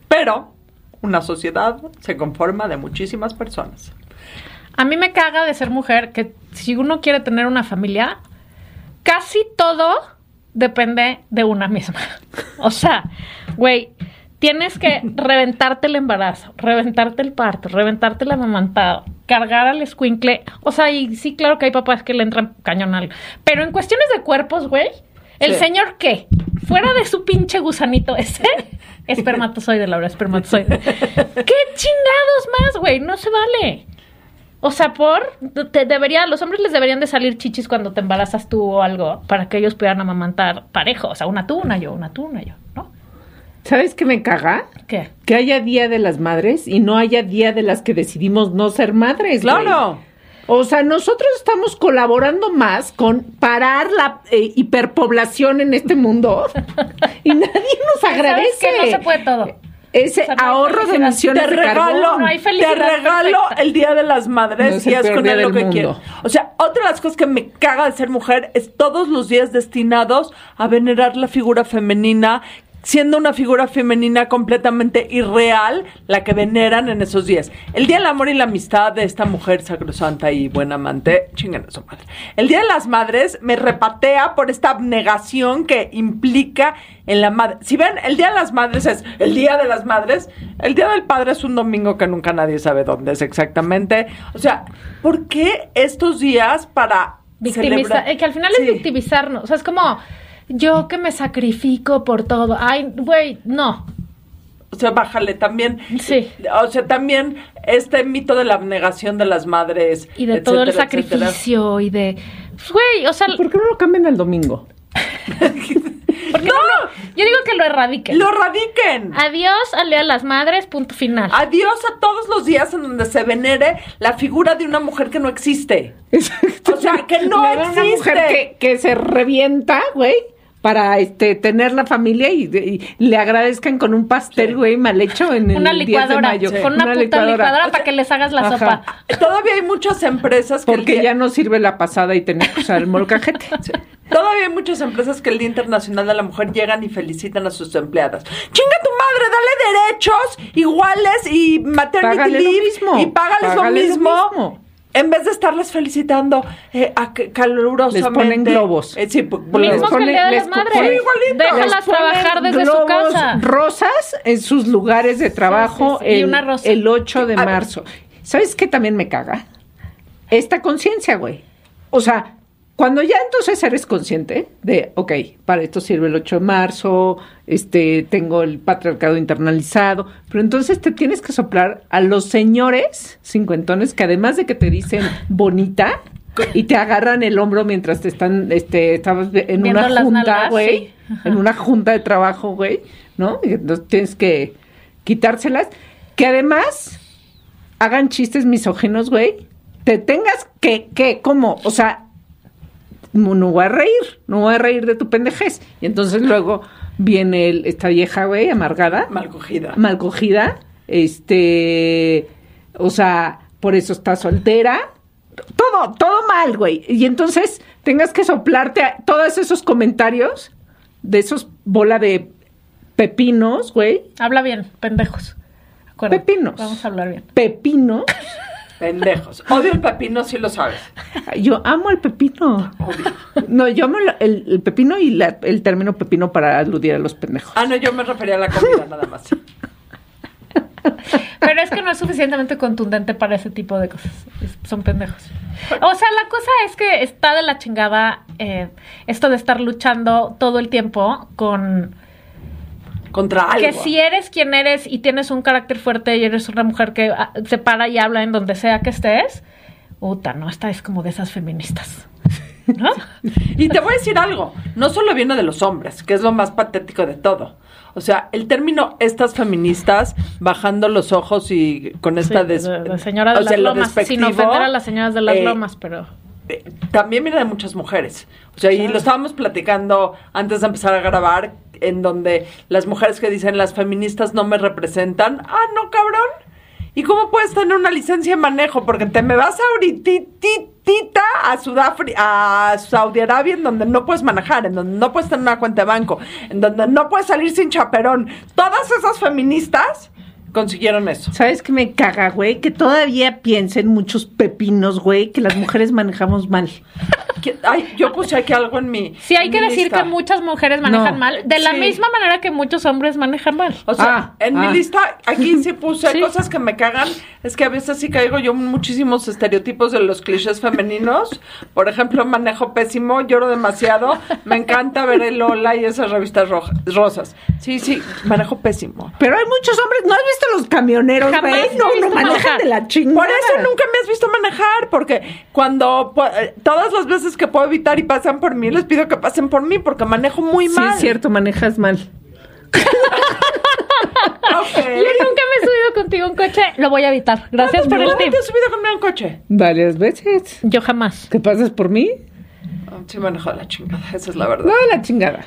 Speaker 4: Pero una sociedad se conforma de muchísimas personas.
Speaker 8: A mí me caga de ser mujer que si uno quiere tener una familia, casi todo depende de una misma. O sea, güey, tienes que reventarte el embarazo, reventarte el parto, reventarte el amamantado, cargar al escuincle. O sea, y sí, claro que hay papás que le entran cañón al- Pero en cuestiones de cuerpos, güey, ¿el
Speaker 4: Sí.
Speaker 8: señor qué? Fuera de su pinche gusanito ese, espermatozoide, Laura, espermatozoide. ¿Qué chingados más, güey? No se vale. O sea, por te debería, los hombres les deberían de salir chichis cuando te embarazas tú o algo para que ellos pudieran amamantar parejo, o sea, una tú, una yo, una tú, una yo, ¿no?
Speaker 5: ¿Sabes qué me caga?
Speaker 8: ¿Qué?
Speaker 5: Que haya día de las madres y no haya día de las que decidimos no ser madres. güey.
Speaker 4: Claro.
Speaker 5: O sea, nosotros estamos colaborando más con parar la eh, hiperpoblación en este mundo y nadie nos
Speaker 8: ¿Sabes
Speaker 5: agradece.
Speaker 8: qué? No se puede todo.
Speaker 5: Ese
Speaker 8: O sea, no hay
Speaker 5: ahorro de
Speaker 8: felicidad.
Speaker 5: emisiones
Speaker 4: Te
Speaker 5: de
Speaker 4: regalo,
Speaker 5: carbón.
Speaker 8: No hay
Speaker 4: te
Speaker 8: felicidad
Speaker 4: regalo
Speaker 8: perfecta.
Speaker 4: el Día de las Madres
Speaker 5: No es
Speaker 4: y
Speaker 5: el
Speaker 4: es
Speaker 5: peor
Speaker 4: con
Speaker 5: día
Speaker 4: él lo
Speaker 5: del
Speaker 4: que quiero.
Speaker 5: mundo.
Speaker 4: O sea, otra de las cosas que me caga de ser mujer es todos los días destinados a venerar la figura femenina, siendo una figura femenina completamente irreal la que veneran en esos días. El Día del Amor y la Amistad de esta mujer sacrosanta y buena amante, chinguen a su madre. El Día de las Madres me repatea por esta abnegación que implica en la madre. Si ven, el Día de las Madres es el Día de las Madres, el Día del Padre es un domingo que nunca nadie sabe dónde es exactamente. O sea, ¿por qué estos días para
Speaker 8: Victimizar, eh,
Speaker 4: celebrar-
Speaker 8: que al final
Speaker 4: Sí.
Speaker 8: es victimizarnos, o sea, es como yo que me sacrifico por todo. Ay, güey, no.
Speaker 4: O sea, bájale también.
Speaker 8: Sí.
Speaker 4: O sea, también este mito de la abnegación de las madres.
Speaker 8: Y de todo el
Speaker 4: etcétera, etcétera.
Speaker 8: sacrificio y de pues, güey, o sea,
Speaker 5: ¿Por qué no lo cambian al domingo?
Speaker 8: ¿por qué no lo- Yo digo que lo erradiquen.
Speaker 4: ¡Lo radiquen!
Speaker 8: Adiós, alea a las madres, punto final.
Speaker 5: Ah,
Speaker 4: Adiós a todos los días en donde se venere la figura de una mujer que no existe. O sea, que no
Speaker 5: Le da una
Speaker 4: existe.
Speaker 5: mujer que, que se revienta, güey, para este tener la familia y, y le agradezcan con un pastel, güey, mal hecho en el
Speaker 8: una
Speaker 5: 10 de
Speaker 8: licuadora,
Speaker 5: mayo.
Speaker 8: con una, puta licuadora,
Speaker 5: O
Speaker 8: para
Speaker 5: sea,
Speaker 8: que les hagas la
Speaker 5: ajá.
Speaker 8: sopa.
Speaker 4: Todavía hay muchas empresas que el
Speaker 5: porque
Speaker 4: día-
Speaker 5: ya no sirve la pasada y tenés que usar el molcajete.
Speaker 4: Todavía hay muchas empresas que el Día Internacional de la Mujer llegan y felicitan a sus empleadas. ¡Chinga tu madre! Dale derechos iguales y maternity
Speaker 5: Págale lo
Speaker 4: leave
Speaker 5: mismo.
Speaker 4: y págales,
Speaker 5: Págale
Speaker 4: lo,
Speaker 5: lo
Speaker 4: mismo,
Speaker 5: mismo.
Speaker 4: En vez de estarles felicitando eh, a- calurosamente.
Speaker 5: Les ponen globos.
Speaker 4: Eh, sí, p-
Speaker 5: Les
Speaker 8: Mismo que el
Speaker 5: ponen-
Speaker 8: día de
Speaker 5: les
Speaker 8: las madres.
Speaker 5: ponen-
Speaker 4: igualito.
Speaker 8: Déjalas
Speaker 5: ponen
Speaker 8: trabajar desde su
Speaker 5: globos
Speaker 8: casa.
Speaker 5: Rosas en sus lugares de trabajo
Speaker 8: sí, sí. Y
Speaker 5: el,
Speaker 8: una rosa.
Speaker 5: el 8 de
Speaker 4: ver.
Speaker 5: marzo. ¿Sabes qué también me caga? Esta conciencia, güey. O sea, cuando ya entonces eres consciente de, ok, para esto sirve el 8 de marzo, este, tengo el patriarcado internalizado, pero entonces te tienes que soplar a los señores cincuentones que además de que te dicen bonita y te agarran el hombro mientras te están, este, estabas en
Speaker 8: Viendo
Speaker 5: una
Speaker 8: las
Speaker 5: junta,
Speaker 8: nalgas,
Speaker 5: güey,
Speaker 8: sí. Ajá.
Speaker 5: en una junta de trabajo, güey, ¿no? Y Entonces tienes que quitárselas. Que además hagan chistes misóginos, güey. Te tengas que, que, ¿cómo? O sea, no, no voy a reír, no voy a reír de tu pendejez. Y entonces luego viene el- esta vieja, güey, amargada
Speaker 4: Mal cogida.
Speaker 5: mal cogida, este, o sea, por eso está soltera. Todo, todo mal, güey. Y entonces tengas que soplarte a todos esos comentarios de esos bola de pepinos, güey.
Speaker 8: Habla bien, pendejos. Acuérdate,
Speaker 5: Pepinos.
Speaker 8: Vamos a hablar bien.
Speaker 5: Pepino.
Speaker 4: Pendejos. Odio el pepino, si lo sabes.
Speaker 5: Yo amo el pepino. No, yo amo el, el- el pepino y la- el término pepino para aludir a los pendejos.
Speaker 4: Ah, no, yo me refería a la comida nada más.
Speaker 8: Pero es que no es suficientemente contundente para ese tipo de cosas. Es- son pendejos. O sea, la cosa es que está de la chingada eh, esto de estar luchando todo el tiempo con
Speaker 4: Contra algo.
Speaker 8: que si eres quien eres y tienes un carácter fuerte y eres una mujer que ah, se para y habla en donde sea que estés, puta, no, esta es como de esas feministas. ¿No?
Speaker 4: Y te voy a decir algo, no solo viene de los hombres, que es lo más patético de todo. O sea, el término estas feministas bajando los ojos y con esta
Speaker 8: Sí, de-
Speaker 4: des-
Speaker 8: de la señora de
Speaker 4: o sea,
Speaker 8: las
Speaker 4: lo
Speaker 8: lomas, sin
Speaker 4: despectivo,
Speaker 8: ofender a las señoras de las
Speaker 4: eh,
Speaker 8: lomas, pero
Speaker 4: eh, también viene de muchas mujeres. O sea, y lo estábamos platicando antes de empezar a grabar, en donde las mujeres que dicen las feministas no me representan, ah, no, cabrón. ¿Y cómo puedes tener una licencia de manejo? Porque te me vas ahorititita a Sudáfrica, a Saudi Arabia, en donde no puedes manejar, en donde no puedes tener una cuenta de banco, en donde no puedes salir sin chaperón. Todas esas feministas consiguieron eso.
Speaker 5: ¿Sabes qué me caga, güey? Que todavía piensen muchos pepinos, güey, que las mujeres manejamos mal.
Speaker 4: ¿Qué- Ay, yo puse aquí algo en mi.
Speaker 8: sí hay
Speaker 4: en
Speaker 8: que
Speaker 4: mi
Speaker 8: decir
Speaker 4: lista.
Speaker 8: que muchas mujeres manejan
Speaker 5: No.
Speaker 8: mal, de la
Speaker 4: Sí.
Speaker 8: misma manera que muchos hombres manejan mal.
Speaker 4: O sea,
Speaker 5: Ah,
Speaker 4: en
Speaker 5: ah.
Speaker 4: mi lista, aquí sí puse
Speaker 8: Sí.
Speaker 4: cosas que me cagan. Es que a veces sí caigo yo en muchísimos estereotipos de los clichés femeninos. Por ejemplo, manejo pésimo, lloro demasiado. Me encanta ver el Lola y esas revistas rojas, rosas. Sí, sí, manejo pésimo.
Speaker 5: Pero hay muchos hombres, ¿no has visto los camioneros,
Speaker 8: Jamás
Speaker 5: güey?
Speaker 8: he
Speaker 5: No,
Speaker 8: visto
Speaker 5: no manejan
Speaker 8: manejar.
Speaker 5: de la chingada.
Speaker 4: Por eso nunca me has visto manejar, porque cuando pu- eh, todas las veces que puedo evitar y pasan por mí, les pido que pasen por mí, porque manejo muy
Speaker 5: Sí,
Speaker 4: mal.
Speaker 5: es cierto, manejas mal.
Speaker 4: Ok.
Speaker 8: Yo nunca me he subido contigo a un coche, lo voy a evitar. Gracias por el
Speaker 4: ¿Cómo
Speaker 8: tip.
Speaker 4: te has subido conmigo en coche?
Speaker 5: Varias veces.
Speaker 8: Yo jamás.
Speaker 5: ¿Te pasas por mí?
Speaker 4: Ah, Sí, manejo de la chingada, esa es la verdad.
Speaker 5: No, la chingada.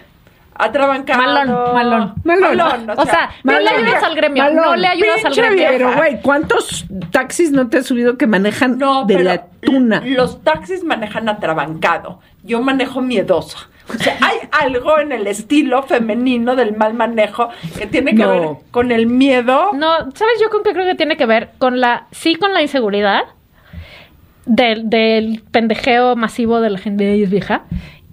Speaker 4: Atrabancado.
Speaker 8: Malón, malón.
Speaker 5: Malón.
Speaker 8: O sea, no le
Speaker 5: Malón.
Speaker 8: ayudas al gremio, no
Speaker 5: Malón.
Speaker 8: le ayudas al
Speaker 5: Pinche
Speaker 8: gremio.
Speaker 5: Pero, güey, ¿cuántos taxis no te has subido que manejan
Speaker 4: no,
Speaker 5: de
Speaker 4: pero
Speaker 5: la tuna?
Speaker 4: l- Los taxis manejan atrabancado. Yo manejo miedosa. O sea, hay algo en el estilo femenino del mal manejo que tiene que
Speaker 5: No.
Speaker 4: ver con el miedo.
Speaker 8: No, ¿sabes yo con qué creo que tiene que ver? Con la, sí, con la inseguridad del, del pendejeo masivo de la gente "Ay, es vieja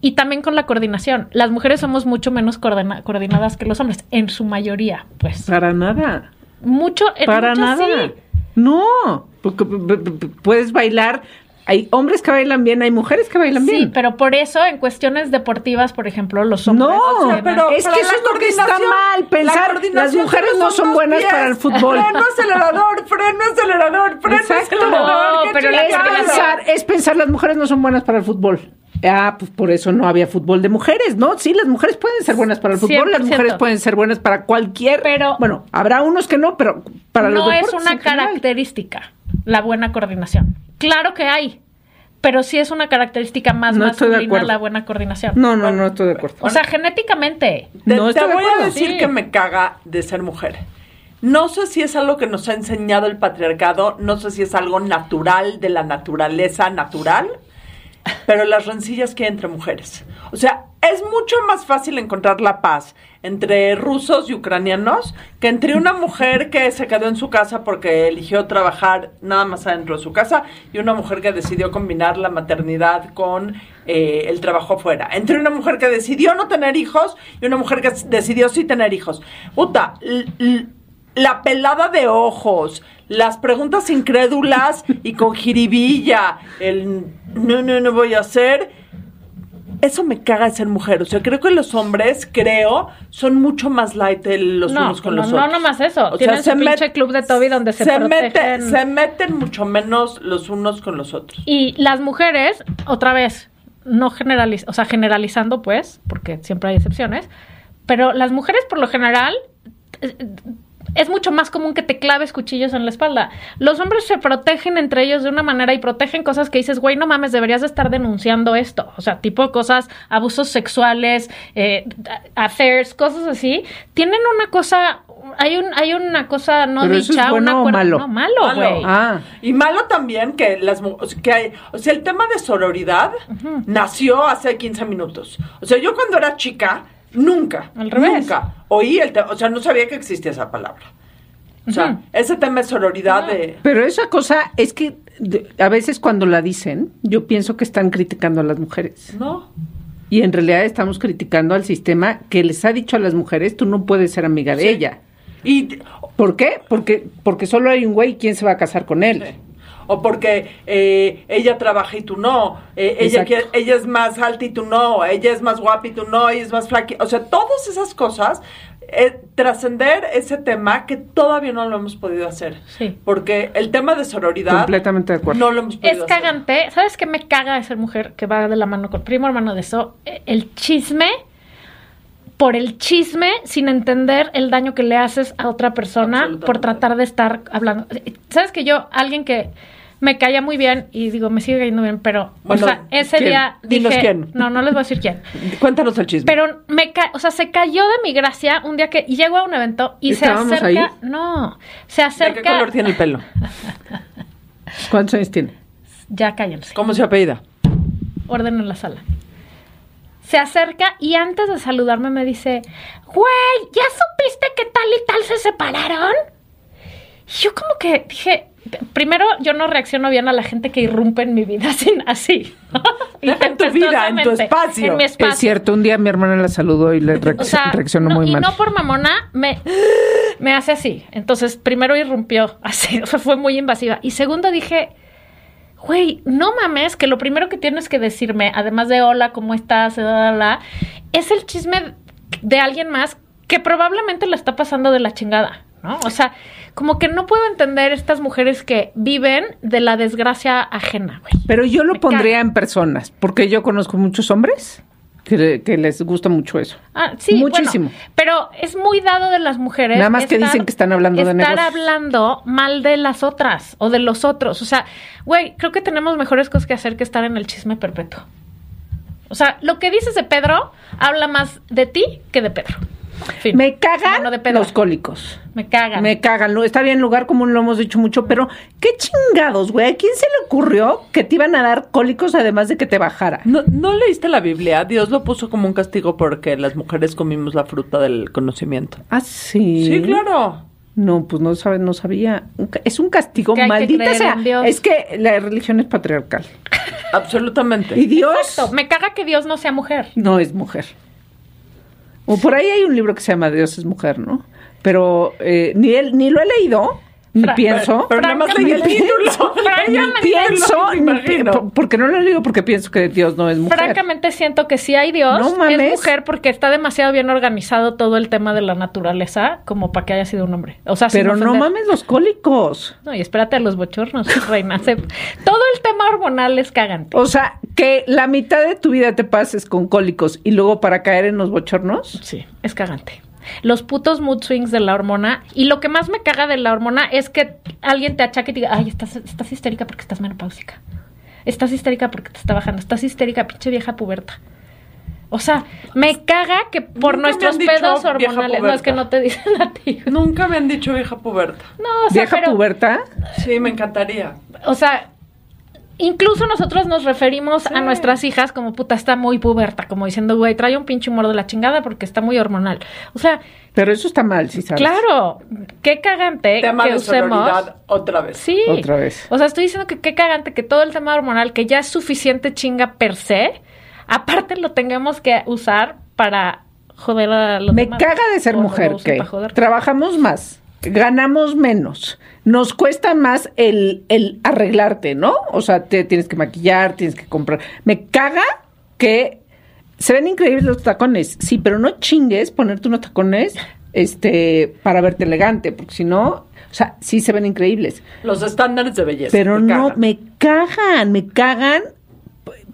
Speaker 8: y también con la coordinación. Las mujeres somos mucho menos coordena- coordinadas que los hombres, en su mayoría, pues.
Speaker 5: Para nada.
Speaker 8: Mucho, en
Speaker 5: Para
Speaker 8: mucho
Speaker 5: nada.
Speaker 8: sí.
Speaker 5: No, porque p- p- p- puedes bailar. Hay hombres que bailan bien, hay mujeres que bailan
Speaker 8: Sí,
Speaker 5: bien.
Speaker 8: pero por eso en cuestiones deportivas, por ejemplo, los hombres.
Speaker 5: No,
Speaker 4: O sea,
Speaker 8: pero,
Speaker 4: pero-
Speaker 5: es
Speaker 4: pero
Speaker 5: que eso
Speaker 4: la
Speaker 5: es lo que está
Speaker 4: coordinación-
Speaker 5: mal.
Speaker 4: la
Speaker 5: Pensar
Speaker 4: coordinación
Speaker 5: las mujeres
Speaker 4: solo
Speaker 5: no son
Speaker 4: dos
Speaker 5: buenas
Speaker 4: pies.
Speaker 5: para el fútbol.
Speaker 4: Freno acelerador, freno acelerador, freno
Speaker 5: Exacto.
Speaker 4: acelerador.
Speaker 8: No,
Speaker 4: qué
Speaker 8: pero la
Speaker 5: Es
Speaker 4: chingada.
Speaker 8: coordinación-
Speaker 5: pensar, es pensar las mujeres no son buenas para el fútbol. Ah, pues por eso no había fútbol de mujeres, ¿no? Sí, las mujeres pueden ser buenas para el fútbol, las
Speaker 8: 100%.
Speaker 5: mujeres pueden ser buenas para cualquier.
Speaker 8: Pero-
Speaker 5: bueno, habrá unos que no, pero para los
Speaker 8: no es
Speaker 5: deportes
Speaker 8: una
Speaker 5: en general.
Speaker 8: característica la buena coordinación. Claro que hay, pero sí es una característica más
Speaker 5: No estoy de
Speaker 8: masculina
Speaker 5: acuerdo.
Speaker 8: la buena coordinación.
Speaker 5: No, no, no estoy de acuerdo.
Speaker 8: O sea, genéticamente.
Speaker 4: Te,
Speaker 5: No
Speaker 4: te
Speaker 5: estoy de
Speaker 4: voy
Speaker 5: acuerdo.
Speaker 4: a decir
Speaker 8: Sí.
Speaker 4: que me caga de ser mujer. No sé si es algo que nos ha enseñado el patriarcado, no sé si es algo natural de la naturaleza natural, pero las rencillas que hay entre mujeres. O sea, es mucho más fácil encontrar la paz entre rusos y ucranianos que entre una mujer que se quedó en su casa porque eligió trabajar nada más adentro de su casa y una mujer que decidió combinar la maternidad con eh, el trabajo afuera. Entre una mujer que decidió no tener hijos y una mujer que s- decidió sí tener hijos. Puta, l- l- la pelada de ojos, las preguntas incrédulas y con jiribilla, el no, no, no voy a hacer. Eso me caga de ser mujer. O sea, creo que los hombres, creo, son mucho más light el- los
Speaker 8: No,
Speaker 4: unos con
Speaker 8: no,
Speaker 4: los
Speaker 8: no,
Speaker 4: otros.
Speaker 8: no más eso. Tienen su
Speaker 4: met-
Speaker 8: pinche club de Toby donde se protegen.
Speaker 4: mete- se meten mucho menos los unos con los otros.
Speaker 8: Y las mujeres, otra vez, no generalizando, o sea, generalizando pues, porque siempre hay excepciones, pero las mujeres por lo general eh, es mucho más común que te claves cuchillos en la espalda. Los hombres se protegen entre ellos de una manera y protegen cosas que dices, güey, no mames, deberías de estar denunciando esto. O sea, tipo cosas, abusos sexuales, eh, affairs, cosas así. Tienen una cosa, hay, un, hay una cosa no
Speaker 5: Pero eso
Speaker 8: dicha,
Speaker 5: es bueno
Speaker 8: una
Speaker 5: o
Speaker 8: cuer-
Speaker 5: malo.
Speaker 8: No, malo,
Speaker 4: Malo.
Speaker 8: güey.
Speaker 5: Ah,
Speaker 4: Y malo también que las mu- o sea, que hay, o sea, el tema de sororidad nació hace 15 minutos. O sea, yo cuando era chica nunca,
Speaker 8: Al revés.
Speaker 4: nunca oí el tema, o sea, no sabía que existía esa palabra. O sea,
Speaker 8: Ujú.
Speaker 4: ese tema de sororidad de
Speaker 5: pero esa cosa es que de- a veces cuando la dicen, yo pienso que están criticando a las mujeres.
Speaker 4: no.
Speaker 5: Y en realidad estamos criticando al sistema que les ha dicho a las mujeres, tú no puedes ser amiga de ella.
Speaker 4: Y
Speaker 5: ¿Por qué? Porque, porque solo hay un güey, ¿quién se va a casar con él?
Speaker 4: o porque eh, ella trabaja y tú no, eh, ella,
Speaker 5: Exacto.
Speaker 4: quiere- ella es más alta y tú no, ella es más guapa y tú no, ella es más flaca. O sea, todas esas cosas, eh, trascender ese tema que todavía no lo hemos podido hacer.
Speaker 8: Sí.
Speaker 4: Porque el tema de sororidad...
Speaker 5: Completamente de acuerdo.
Speaker 4: No lo hemos podido
Speaker 8: Es
Speaker 4: hacer.
Speaker 8: cagante. ¿Sabes qué me caga de ser mujer? Que va de la mano con primo hermano de eso. eh, El chisme por el chisme sin entender el daño que le haces a otra persona por
Speaker 4: Absolutamente.
Speaker 8: tratar de estar hablando. ¿Sabes que yo, alguien que me caía muy bien y digo, me sigue cayendo bien, pero
Speaker 4: Bueno,
Speaker 8: o sea, ese
Speaker 4: ¿quién?
Speaker 8: día
Speaker 4: Dinos
Speaker 8: dije,
Speaker 4: quién.
Speaker 8: no, no les voy a decir quién.
Speaker 4: Cuéntanos el chisme.
Speaker 8: Pero me ca- o sea, se cayó de mi gracia un día que llego a un evento y
Speaker 5: ¿Estábamos
Speaker 8: se acerca,
Speaker 5: ahí?
Speaker 8: no, se
Speaker 4: ¿De
Speaker 8: acerca
Speaker 4: qué color tiene el pelo?
Speaker 5: ¿Cuántos años tiene?
Speaker 8: Ya cállense.
Speaker 4: ¿Cómo se apellida?
Speaker 8: orden en la sala. Se acerca y antes de saludarme me dice, güey, ¿ya supiste que tal y tal se separaron? Y yo como que dije, primero yo no reacciono bien a la gente que irrumpe en mi vida sin así.
Speaker 4: Deja en tu vida, en tu
Speaker 8: Tempestuosamente,
Speaker 4: espacio.
Speaker 8: En mi
Speaker 4: Es
Speaker 8: espacio.
Speaker 5: Es cierto, un día mi hermana la saludó y le reacc-
Speaker 8: O sea,
Speaker 5: reaccionó
Speaker 8: no-
Speaker 5: muy
Speaker 8: y
Speaker 5: mal.
Speaker 8: no por mamona, me, me hace así. Entonces, primero irrumpió, así, o sea, fue muy invasiva. Y segundo dije, güey, no mames, que lo primero que tienes que decirme, además de hola, ¿cómo estás? Bla, bla, bla, es el chisme de alguien más que probablemente la está pasando de la chingada, ¿no? O sea, como que no puedo entender estas mujeres que viven de la desgracia ajena, güey.
Speaker 5: Pero yo lo
Speaker 8: Me
Speaker 5: pondría
Speaker 8: caga.
Speaker 5: en personas, porque yo conozco muchos hombres que, le- que les gusta mucho eso.
Speaker 8: Ah, sí,
Speaker 5: Muchísimo.
Speaker 8: bueno, pero es muy dado de las mujeres.
Speaker 5: Nada más que dicen que están hablando de
Speaker 8: Estar
Speaker 5: negocios.
Speaker 8: hablando mal de las otras o de los otros. O sea, güey, creo que tenemos mejores cosas que hacer que estar en el chisme perpetuo. O sea, lo que dices de Pedro habla más de ti que de Pedro. Fin.
Speaker 5: Me cagan
Speaker 8: Bueno, de Pedro.
Speaker 5: los cólicos.
Speaker 8: Me cagan.
Speaker 5: Me cagan. Lo- Está bien, lugar común lo hemos dicho mucho, pero qué chingados, güey. ¿A quién se le ocurrió que te iban a dar cólicos además de que te bajara?
Speaker 4: ¿No, ¿No leíste la Biblia? Dios lo puso como un castigo porque las mujeres comimos la fruta del conocimiento.
Speaker 5: Ah, sí.
Speaker 4: Sí, claro.
Speaker 5: No, pues no sabe, no sabía. Un ca- Es un castigo,
Speaker 8: Es que hay que
Speaker 5: maldita
Speaker 8: creer
Speaker 5: sea.
Speaker 8: en Dios.
Speaker 5: Es que la religión es patriarcal.
Speaker 4: Absolutamente.
Speaker 5: Y Dios
Speaker 8: Exacto. Me caga que Dios no sea mujer.
Speaker 5: no es mujer. O por ahí hay un libro que se llama Dios es mujer, ¿no? Pero eh, ni él, ni lo he leído, ni
Speaker 8: Fra-
Speaker 5: pienso.
Speaker 4: Pero nada más leí el
Speaker 8: Francamente-
Speaker 4: título.
Speaker 8: Francamente-
Speaker 4: Leí el
Speaker 5: Pienso,
Speaker 4: me
Speaker 5: ni
Speaker 4: imagino.
Speaker 5: pi- porque no lo leo porque pienso que Dios no es mujer.
Speaker 8: Francamente siento que sí hay Dios,
Speaker 5: No mames.
Speaker 8: es mujer porque está demasiado bien organizado todo el tema de la naturaleza como para que haya sido un hombre. O sea, sin
Speaker 5: Pero no
Speaker 8: ofender.
Speaker 5: mames los cólicos.
Speaker 8: No, y espérate a los bochornos, reina. Se- Todo el tema hormonal es cagante.
Speaker 5: O sea, que la mitad de tu vida te pases con cólicos y luego para caer en los bochornos.
Speaker 8: Sí, es cagante. Los putos mood swings de la hormona. Y lo que más me caga de la hormona es que alguien te achaque y te diga, ay, estás, estás histérica porque estás menopáusica. Estás histérica porque te está bajando. Estás histérica, pinche vieja puberta. O sea, me caga que
Speaker 4: Nunca
Speaker 8: por
Speaker 4: me
Speaker 8: nuestros
Speaker 4: han dicho
Speaker 8: pedos
Speaker 4: vieja
Speaker 8: hormonales. No es que
Speaker 4: puberta.
Speaker 8: no te dicen a ti.
Speaker 4: Nunca me han dicho vieja puberta.
Speaker 8: No, o sea,
Speaker 5: Vieja
Speaker 8: pero-
Speaker 5: puberta.
Speaker 4: Sí, me encantaría.
Speaker 8: o sea, incluso nosotros nos referimos a nuestras hijas como puta, está muy puberta, como diciendo, güey, trae un pinche humor de la chingada porque está muy hormonal. O sea,
Speaker 5: Pero eso está mal, si sabes.
Speaker 8: claro, qué cagante
Speaker 4: Tema
Speaker 8: Eh, que
Speaker 4: de
Speaker 8: usemos.
Speaker 4: sororidad otra vez.
Speaker 8: Sí.
Speaker 5: Otra vez.
Speaker 8: O sea, estoy diciendo que qué cagante que todo el tema hormonal, que ya es suficiente chinga per se, aparte lo tengamos que usar para joder a los
Speaker 5: Me
Speaker 8: demás.
Speaker 5: caga de ser
Speaker 8: O lo
Speaker 5: mujer
Speaker 8: usan
Speaker 5: que
Speaker 8: para joder.
Speaker 5: trabajamos más, ganamos menos, nos cuesta más el, el arreglarte, ¿no? O sea, te tienes que maquillar, tienes que comprar. Me caga que se ven increíbles los tacones, sí, pero no chingues ponerte unos tacones este, para verte elegante, porque si no, o sea, sí se ven increíbles,
Speaker 4: Los estándares de belleza.
Speaker 5: pero
Speaker 4: me
Speaker 5: no,
Speaker 4: cagan.
Speaker 5: me cagan, me cagan.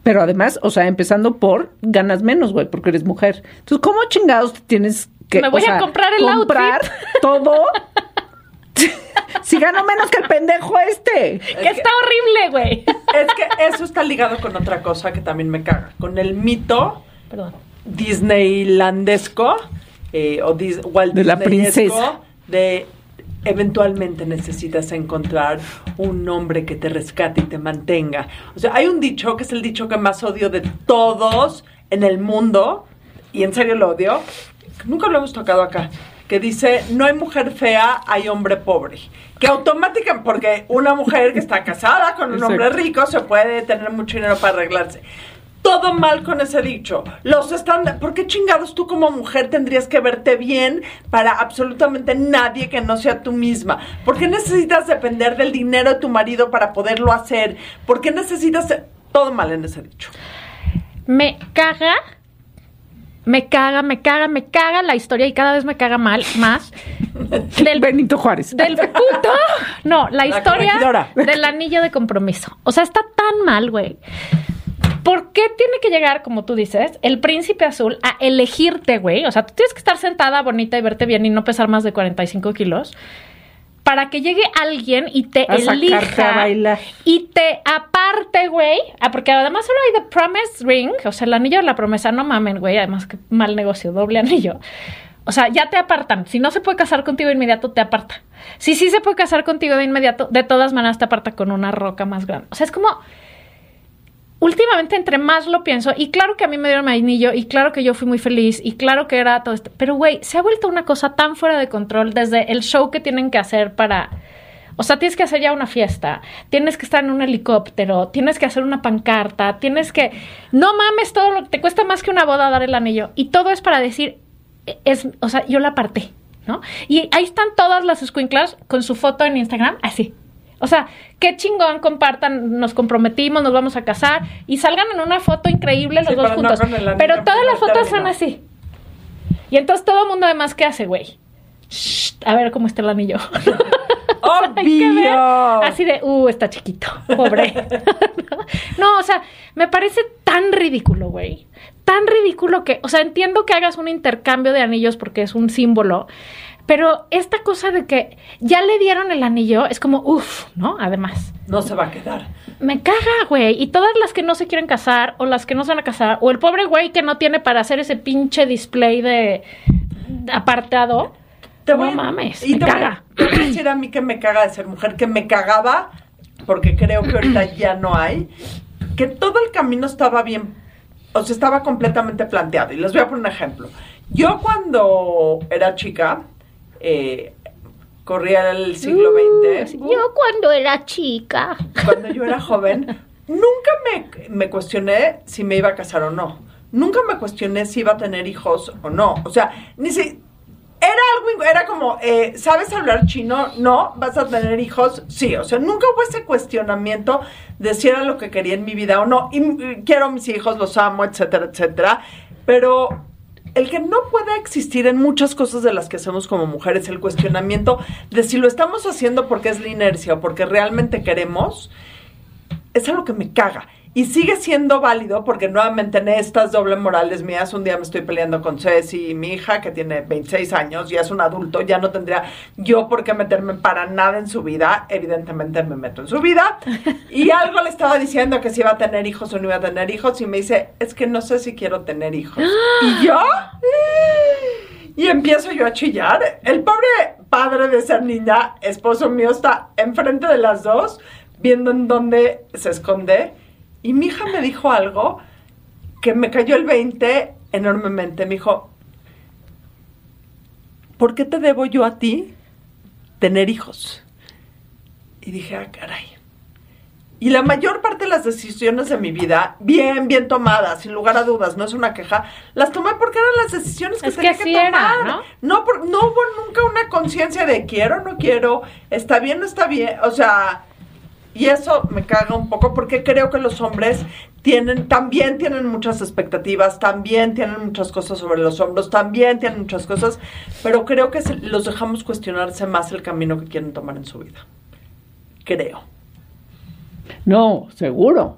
Speaker 5: Pero además, o sea, empezando por ganas menos, güey, porque eres mujer. Entonces, ¿cómo chingados te tienes que
Speaker 8: Me voy
Speaker 5: o
Speaker 8: a comprar el
Speaker 5: comprar
Speaker 8: outfit.
Speaker 5: todo? si gano menos que el pendejo este.
Speaker 8: Que está horrible, güey.
Speaker 4: Es que eso está ligado con otra cosa que también me caga. Con el mito
Speaker 8: Perdón.
Speaker 4: disneylandesco eh, o dis- Walt
Speaker 5: De la
Speaker 4: Disneyesco,
Speaker 5: princesa.
Speaker 4: de eventualmente necesitas encontrar un hombre que te rescate y te mantenga. O sea, hay un dicho que es el dicho que más odio de todos en el mundo y en serio lo odio. Nunca lo hemos tocado acá. Que dice, no hay mujer fea, hay hombre pobre. Que automáticamente, porque una mujer que está casada con un hombre
Speaker 5: Exacto.
Speaker 4: rico se puede tener mucho dinero para arreglarse. Todo mal con ese dicho. Los están. ¿Por qué chingados tú como mujer tendrías que verte bien para absolutamente nadie que no sea tú misma? ¿Por qué necesitas depender del dinero de tu marido para poderlo hacer? ¿Por qué necesitas. Todo mal en ese dicho.
Speaker 8: me caga, me caga, me caga, me caga la historia y cada vez me caga mal más del,
Speaker 5: Benito Juárez.
Speaker 8: del puto, no, la
Speaker 4: La
Speaker 8: historia
Speaker 4: corregidora.
Speaker 8: del anillo de compromiso. O sea, está tan mal, güey. ¿Por qué tiene que llegar, como tú dices, el príncipe azul a elegirte, güey? O sea, tú tienes que estar sentada, bonita y verte bien y no pesar más de 45 kilos para que llegue alguien y te
Speaker 5: A sacarte
Speaker 8: elija
Speaker 5: a bailar.
Speaker 8: y te aparte, güey. Ah, porque además ahora hay The Promise Ring, o sea, el anillo de la promesa, no mamen, güey, además que mal negocio, doble anillo. O sea, ya te apartan. Si no se puede casar contigo de inmediato, te aparta. Si sí se puede casar contigo de inmediato, de todas maneras te aparta con una roca más grande. O sea, es como últimamente entre más lo pienso, y claro que a mí me dieron mi anillo, y claro que yo fui muy feliz, y claro que era todo esto, pero güey, se ha vuelto una cosa tan fuera de control desde el show que tienen que hacer para... O sea, tienes que hacer ya una fiesta, tienes que estar en un helicóptero, tienes que hacer una pancarta, tienes que... No mames, todo lo que te cuesta más que una boda dar el anillo. Y todo es para decir, e, es, o sea, yo la aparté, ¿no? Y ahí están todas las escuinclas con su foto en Instagram, así. O sea, qué chingón compartan, nos comprometimos, nos vamos a casar y salgan en una foto increíble los
Speaker 4: Sí,
Speaker 8: dos
Speaker 4: pero no
Speaker 8: juntos.
Speaker 4: con el anillo
Speaker 8: pero todas las
Speaker 4: en primer
Speaker 8: fotos son
Speaker 4: término.
Speaker 8: así. Y entonces todo el mundo además, ¿qué hace, güey? Shh, a ver cómo está el anillo. Hay que ver.
Speaker 4: ¡Obvio!
Speaker 8: Así de, uh, está chiquito, pobre. no, o sea, me parece tan ridículo, güey. Tan ridículo que, o sea, entiendo que hagas un intercambio de anillos porque es un símbolo, pero esta cosa de que ya le dieron el anillo es como, uff, ¿no? Además.
Speaker 4: No se va a quedar.
Speaker 8: Me caga, güey. Y todas las que no se quieren casar, o las que no se van a casar, o el pobre güey que no tiene para hacer ese pinche display de de apartado.
Speaker 4: Te
Speaker 8: no
Speaker 4: voy a-
Speaker 8: mames.
Speaker 4: Y
Speaker 8: me
Speaker 4: te voy a-
Speaker 8: caga.
Speaker 4: te voy a decir a mí que me caga de ser mujer, que me cagaba, porque creo que ahorita ya no hay, que todo el camino estaba bien, o sea, estaba completamente planteado. Y les voy a poner un ejemplo. Yo cuando era chica, eh, corría el siglo
Speaker 8: Uh,
Speaker 4: XX.
Speaker 8: sí. Yo cuando era chica.
Speaker 4: cuando yo era joven, nunca me, me cuestioné si me iba a casar o no. Nunca me cuestioné si iba a tener hijos o no. O sea, ni si... Era algo, in- era como, eh, ¿sabes hablar chino? No, ¿vas a tener hijos? Sí, o sea, nunca hubo ese cuestionamiento de si era lo que quería en mi vida o no. Y, mm, quiero a mis hijos, los amo, etcétera, etcétera. Pero el que no pueda existir en muchas cosas de las que hacemos como mujeres, el cuestionamiento de si lo estamos haciendo porque es la inercia o porque realmente queremos, es algo que me caga. Y sigue siendo válido porque nuevamente en estas doble morales mías, un día me estoy peleando con Ceci, mi hija, que tiene 26 años, ya es un adulto, ya no tendría yo por qué meterme para nada en su vida. Evidentemente me meto en su vida. Y algo le estaba diciendo que si iba a tener hijos o no iba a tener hijos. Y me dice, es que no sé si quiero tener hijos. Y yo... Y empiezo yo a chillar. El pobre padre de esa niña, esposo mío, está enfrente de las dos, viendo en dónde se esconde. Y mi hija me dijo algo que me cayó el 20 enormemente. Me dijo, ¿por qué te debo yo a ti tener hijos? Y dije, ah, caray. Y la mayor parte de las decisiones de mi vida, bien, bien tomadas, sin lugar a dudas, no es una queja, las tomé porque eran las decisiones que
Speaker 8: Es que
Speaker 4: tenía que,
Speaker 8: así
Speaker 4: tomar.
Speaker 8: era, ¿no?
Speaker 4: No, por- no hubo nunca una conciencia de quiero, no quiero, está bien, no está bien. O sea, y eso me caga un poco porque creo que los hombres tienen, también tienen muchas expectativas, también tienen muchas cosas sobre los hombros, también tienen muchas cosas, pero creo que se- los dejamos cuestionarse más el camino que quieren tomar en su vida. Creo.
Speaker 5: No, seguro.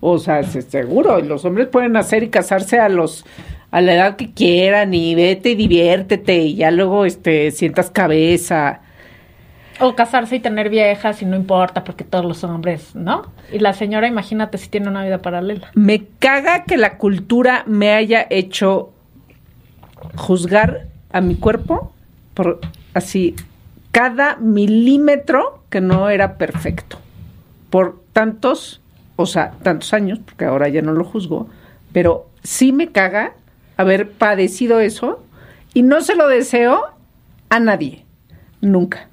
Speaker 5: O sea, se- seguro. Y Los hombres pueden hacer y casarse a los a la edad que quieran y vete y diviértete y ya luego este sientas cabeza.
Speaker 8: O casarse y tener viejas y no importa porque todos los hombres, ¿no? Y la señora, imagínate si tiene una vida paralela.
Speaker 5: Me caga que la cultura me haya hecho juzgar a mi cuerpo por así cada milímetro que no era perfecto. Por tantos, o sea, tantos años, porque ahora ya no lo juzgo, pero sí me caga haber padecido eso y no se lo deseo a nadie, nunca.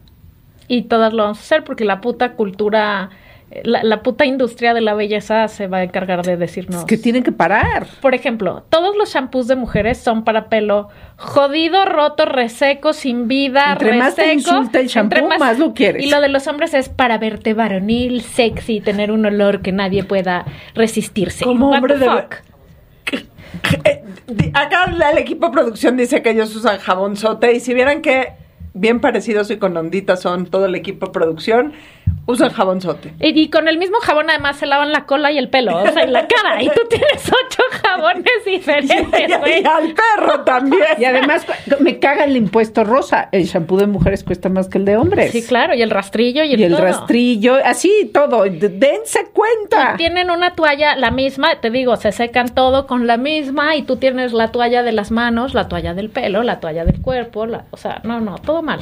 Speaker 8: Y todas lo vamos a hacer porque la puta cultura, eh, la, la puta industria de la belleza se va a encargar de decirnos.
Speaker 5: Es que tienen que parar.
Speaker 8: Por ejemplo, todos los shampoos de mujeres son para pelo jodido, roto, reseco, sin vida,
Speaker 5: Entre más te
Speaker 8: reseco.
Speaker 5: insulta el shampoo, más lo quieres.
Speaker 8: Y lo de los hombres es para verte varonil, sexy, tener un olor que nadie pueda resistirse.
Speaker 4: Como
Speaker 8: What
Speaker 4: hombre
Speaker 8: the
Speaker 4: de-
Speaker 8: fuck?
Speaker 4: Eh, di- Acá la- el equipo de producción dice que ellos usan jabón sote y si vieran que bien parecidos y con onditas son todo el equipo de producción, usan jabón sote.
Speaker 8: Y, y con el mismo jabón además se lavan la cola y el pelo, o sea, y la cara. Y tú tienes ocho jabones diferentes, güey.
Speaker 4: Y al perro también.
Speaker 5: Y además me caga el impuesto rosa. El shampoo de mujeres cuesta más que el de hombres.
Speaker 8: Sí, claro, y el rastrillo y el,
Speaker 5: y el
Speaker 8: todo.
Speaker 5: rastrillo, así todo. D- dense cuenta.
Speaker 8: Tienen una toalla la misma, te digo, se secan todo con la misma y tú tienes la toalla de las manos, la toalla del pelo, la toalla del cuerpo, la- o sea, no, no, todo mal.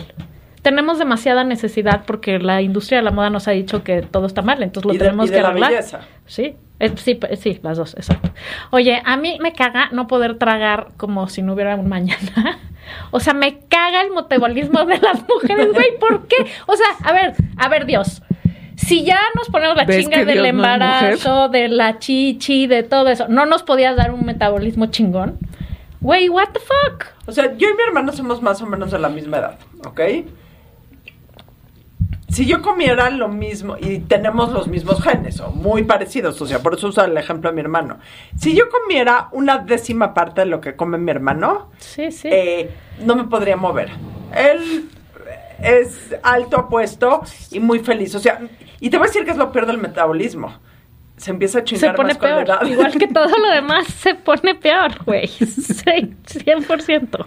Speaker 8: Tenemos demasiada necesidad porque la industria de la moda nos ha dicho que todo está mal, entonces lo
Speaker 4: Y de-
Speaker 8: tenemos
Speaker 4: y de
Speaker 8: que
Speaker 4: la
Speaker 8: arreglar.
Speaker 4: belleza.
Speaker 8: Sí, eh, sí, pe- sí, las dos, exacto. Oye, a mí me caga no poder tragar como si no hubiera un mañana. O sea, me caga el metabolismo de las mujeres, güey, ¿por qué? O sea, a ver, a ver, Dios. Si ya nos ponemos la
Speaker 5: ¿Ves
Speaker 8: chinga
Speaker 5: que
Speaker 8: del
Speaker 5: Dios no es mujer?
Speaker 8: embarazo, de la chichi, de todo eso, ¿no nos podías dar un metabolismo chingón? Güey, what the fuck?
Speaker 4: O sea, yo y mi hermano somos más o menos de la misma edad, ¿ok? Si yo comiera lo mismo y tenemos los mismos genes o muy parecidos, o sea, por eso usa el ejemplo de mi hermano. Si yo comiera una décima parte de lo que come mi hermano,
Speaker 8: Sí, sí.
Speaker 4: eh, no me podría mover. Él es alto, apuesto y muy feliz. O sea, y te voy a decir que es lo peor del metabolismo. Se empieza a
Speaker 8: se
Speaker 4: chingar
Speaker 8: pone
Speaker 4: más con la
Speaker 8: peor.
Speaker 4: edad.
Speaker 8: Igual que todo lo demás, se pone peor, güey. Sí, 100%.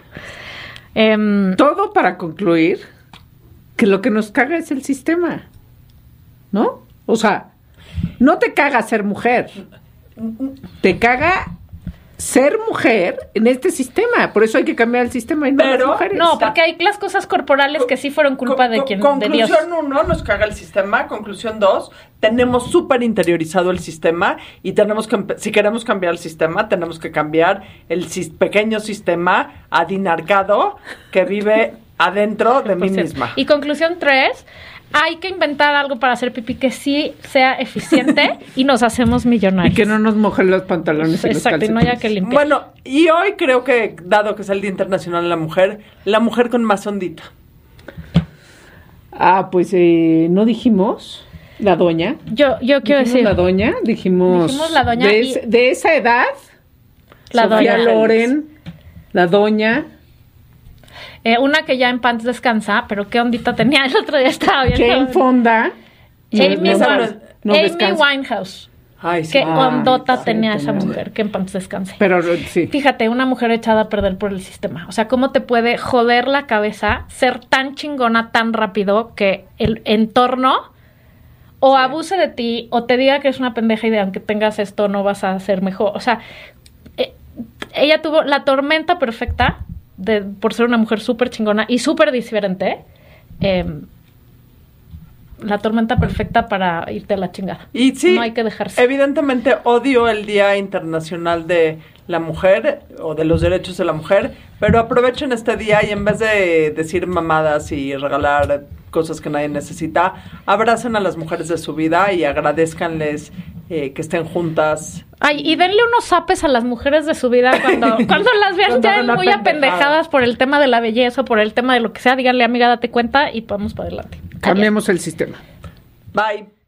Speaker 8: Em,
Speaker 5: Todo para concluir que lo que nos caga es el sistema. ¿No? O sea, no te caga ser mujer. Te caga ser mujer en este sistema. Por eso hay que cambiar el sistema y no
Speaker 4: Pero,
Speaker 5: las mujeres.
Speaker 8: no, porque hay las cosas corporales que sí fueron culpa
Speaker 4: Con-
Speaker 8: de
Speaker 4: con-
Speaker 8: quien, de Dios.
Speaker 4: Conclusión uno, nos caga el sistema. Conclusión dos, tenemos súper interiorizado el sistema y tenemos que, empe- si queremos cambiar el sistema, tenemos que cambiar el sis- pequeño sistema adinarcado que vive adentro de mí
Speaker 8: por cierto.
Speaker 4: misma.
Speaker 8: Y Pues conclusión tres, hay que inventar algo para hacer pipí que sí sea eficiente y nos hacemos millonarios.
Speaker 5: Y que no nos mojen los pantalones y los
Speaker 8: Exacto, y no haya que
Speaker 5: calcetines.
Speaker 8: limpiar.
Speaker 4: Bueno, y hoy creo que, dado que es el Día Internacional de la Mujer, la mujer con más ondita.
Speaker 5: Ah, pues eh, no dijimos la doña.
Speaker 8: yo, yo quiero
Speaker 5: Dijimos
Speaker 8: decir,
Speaker 5: la doña, dijimos.
Speaker 8: Dijimos la doña
Speaker 5: De,
Speaker 8: y-
Speaker 5: es- de esa edad,
Speaker 8: la
Speaker 5: Sofía
Speaker 8: doña.
Speaker 5: Loren, la doña,
Speaker 8: Eh, una que ya en pants descansa, pero qué ondita tenía el otro día estaba bien.
Speaker 5: Jane Fonda.
Speaker 8: Amy,
Speaker 5: No, no,
Speaker 8: Wan-
Speaker 5: no
Speaker 8: Amy
Speaker 5: descansa.
Speaker 8: Winehouse.
Speaker 4: Ay, sí.
Speaker 8: Qué
Speaker 5: Ah,
Speaker 8: ondota
Speaker 5: sí,
Speaker 8: tenía esa
Speaker 5: tenía.
Speaker 8: mujer, que en pants descanse.
Speaker 5: Pero sí.
Speaker 8: Fíjate, una mujer echada a perder por el sistema. O sea, ¿cómo te puede joder la cabeza ser tan chingona tan rápido que el entorno o abuse de ti o te diga que es una pendeja y de aunque tengas esto no vas a ser mejor? O sea, eh, ella tuvo la tormenta perfecta de, por ser una mujer súper chingona y súper diferente. eh, la tormenta perfecta para irte a la chingada.
Speaker 4: Y sí,
Speaker 8: no hay que dejarse.
Speaker 4: Evidentemente odio el Día Internacional de la Mujer o de los derechos de la mujer, pero aprovechen este día y en vez de decir mamadas y regalar cosas que nadie necesita, abracen a las mujeres de su vida y agradezcanles eh, que estén juntas.
Speaker 8: Ay, y denle unos apes a las mujeres de su vida cuando, cuando las vean
Speaker 4: Cuando
Speaker 8: ya
Speaker 4: hagan una
Speaker 8: muy
Speaker 4: pendejada.
Speaker 8: apendejadas por el tema de la belleza o por el tema de lo que sea. Díganle, amiga, date cuenta y vamos para adelante.
Speaker 5: Cambiemos el sistema.
Speaker 4: Bye.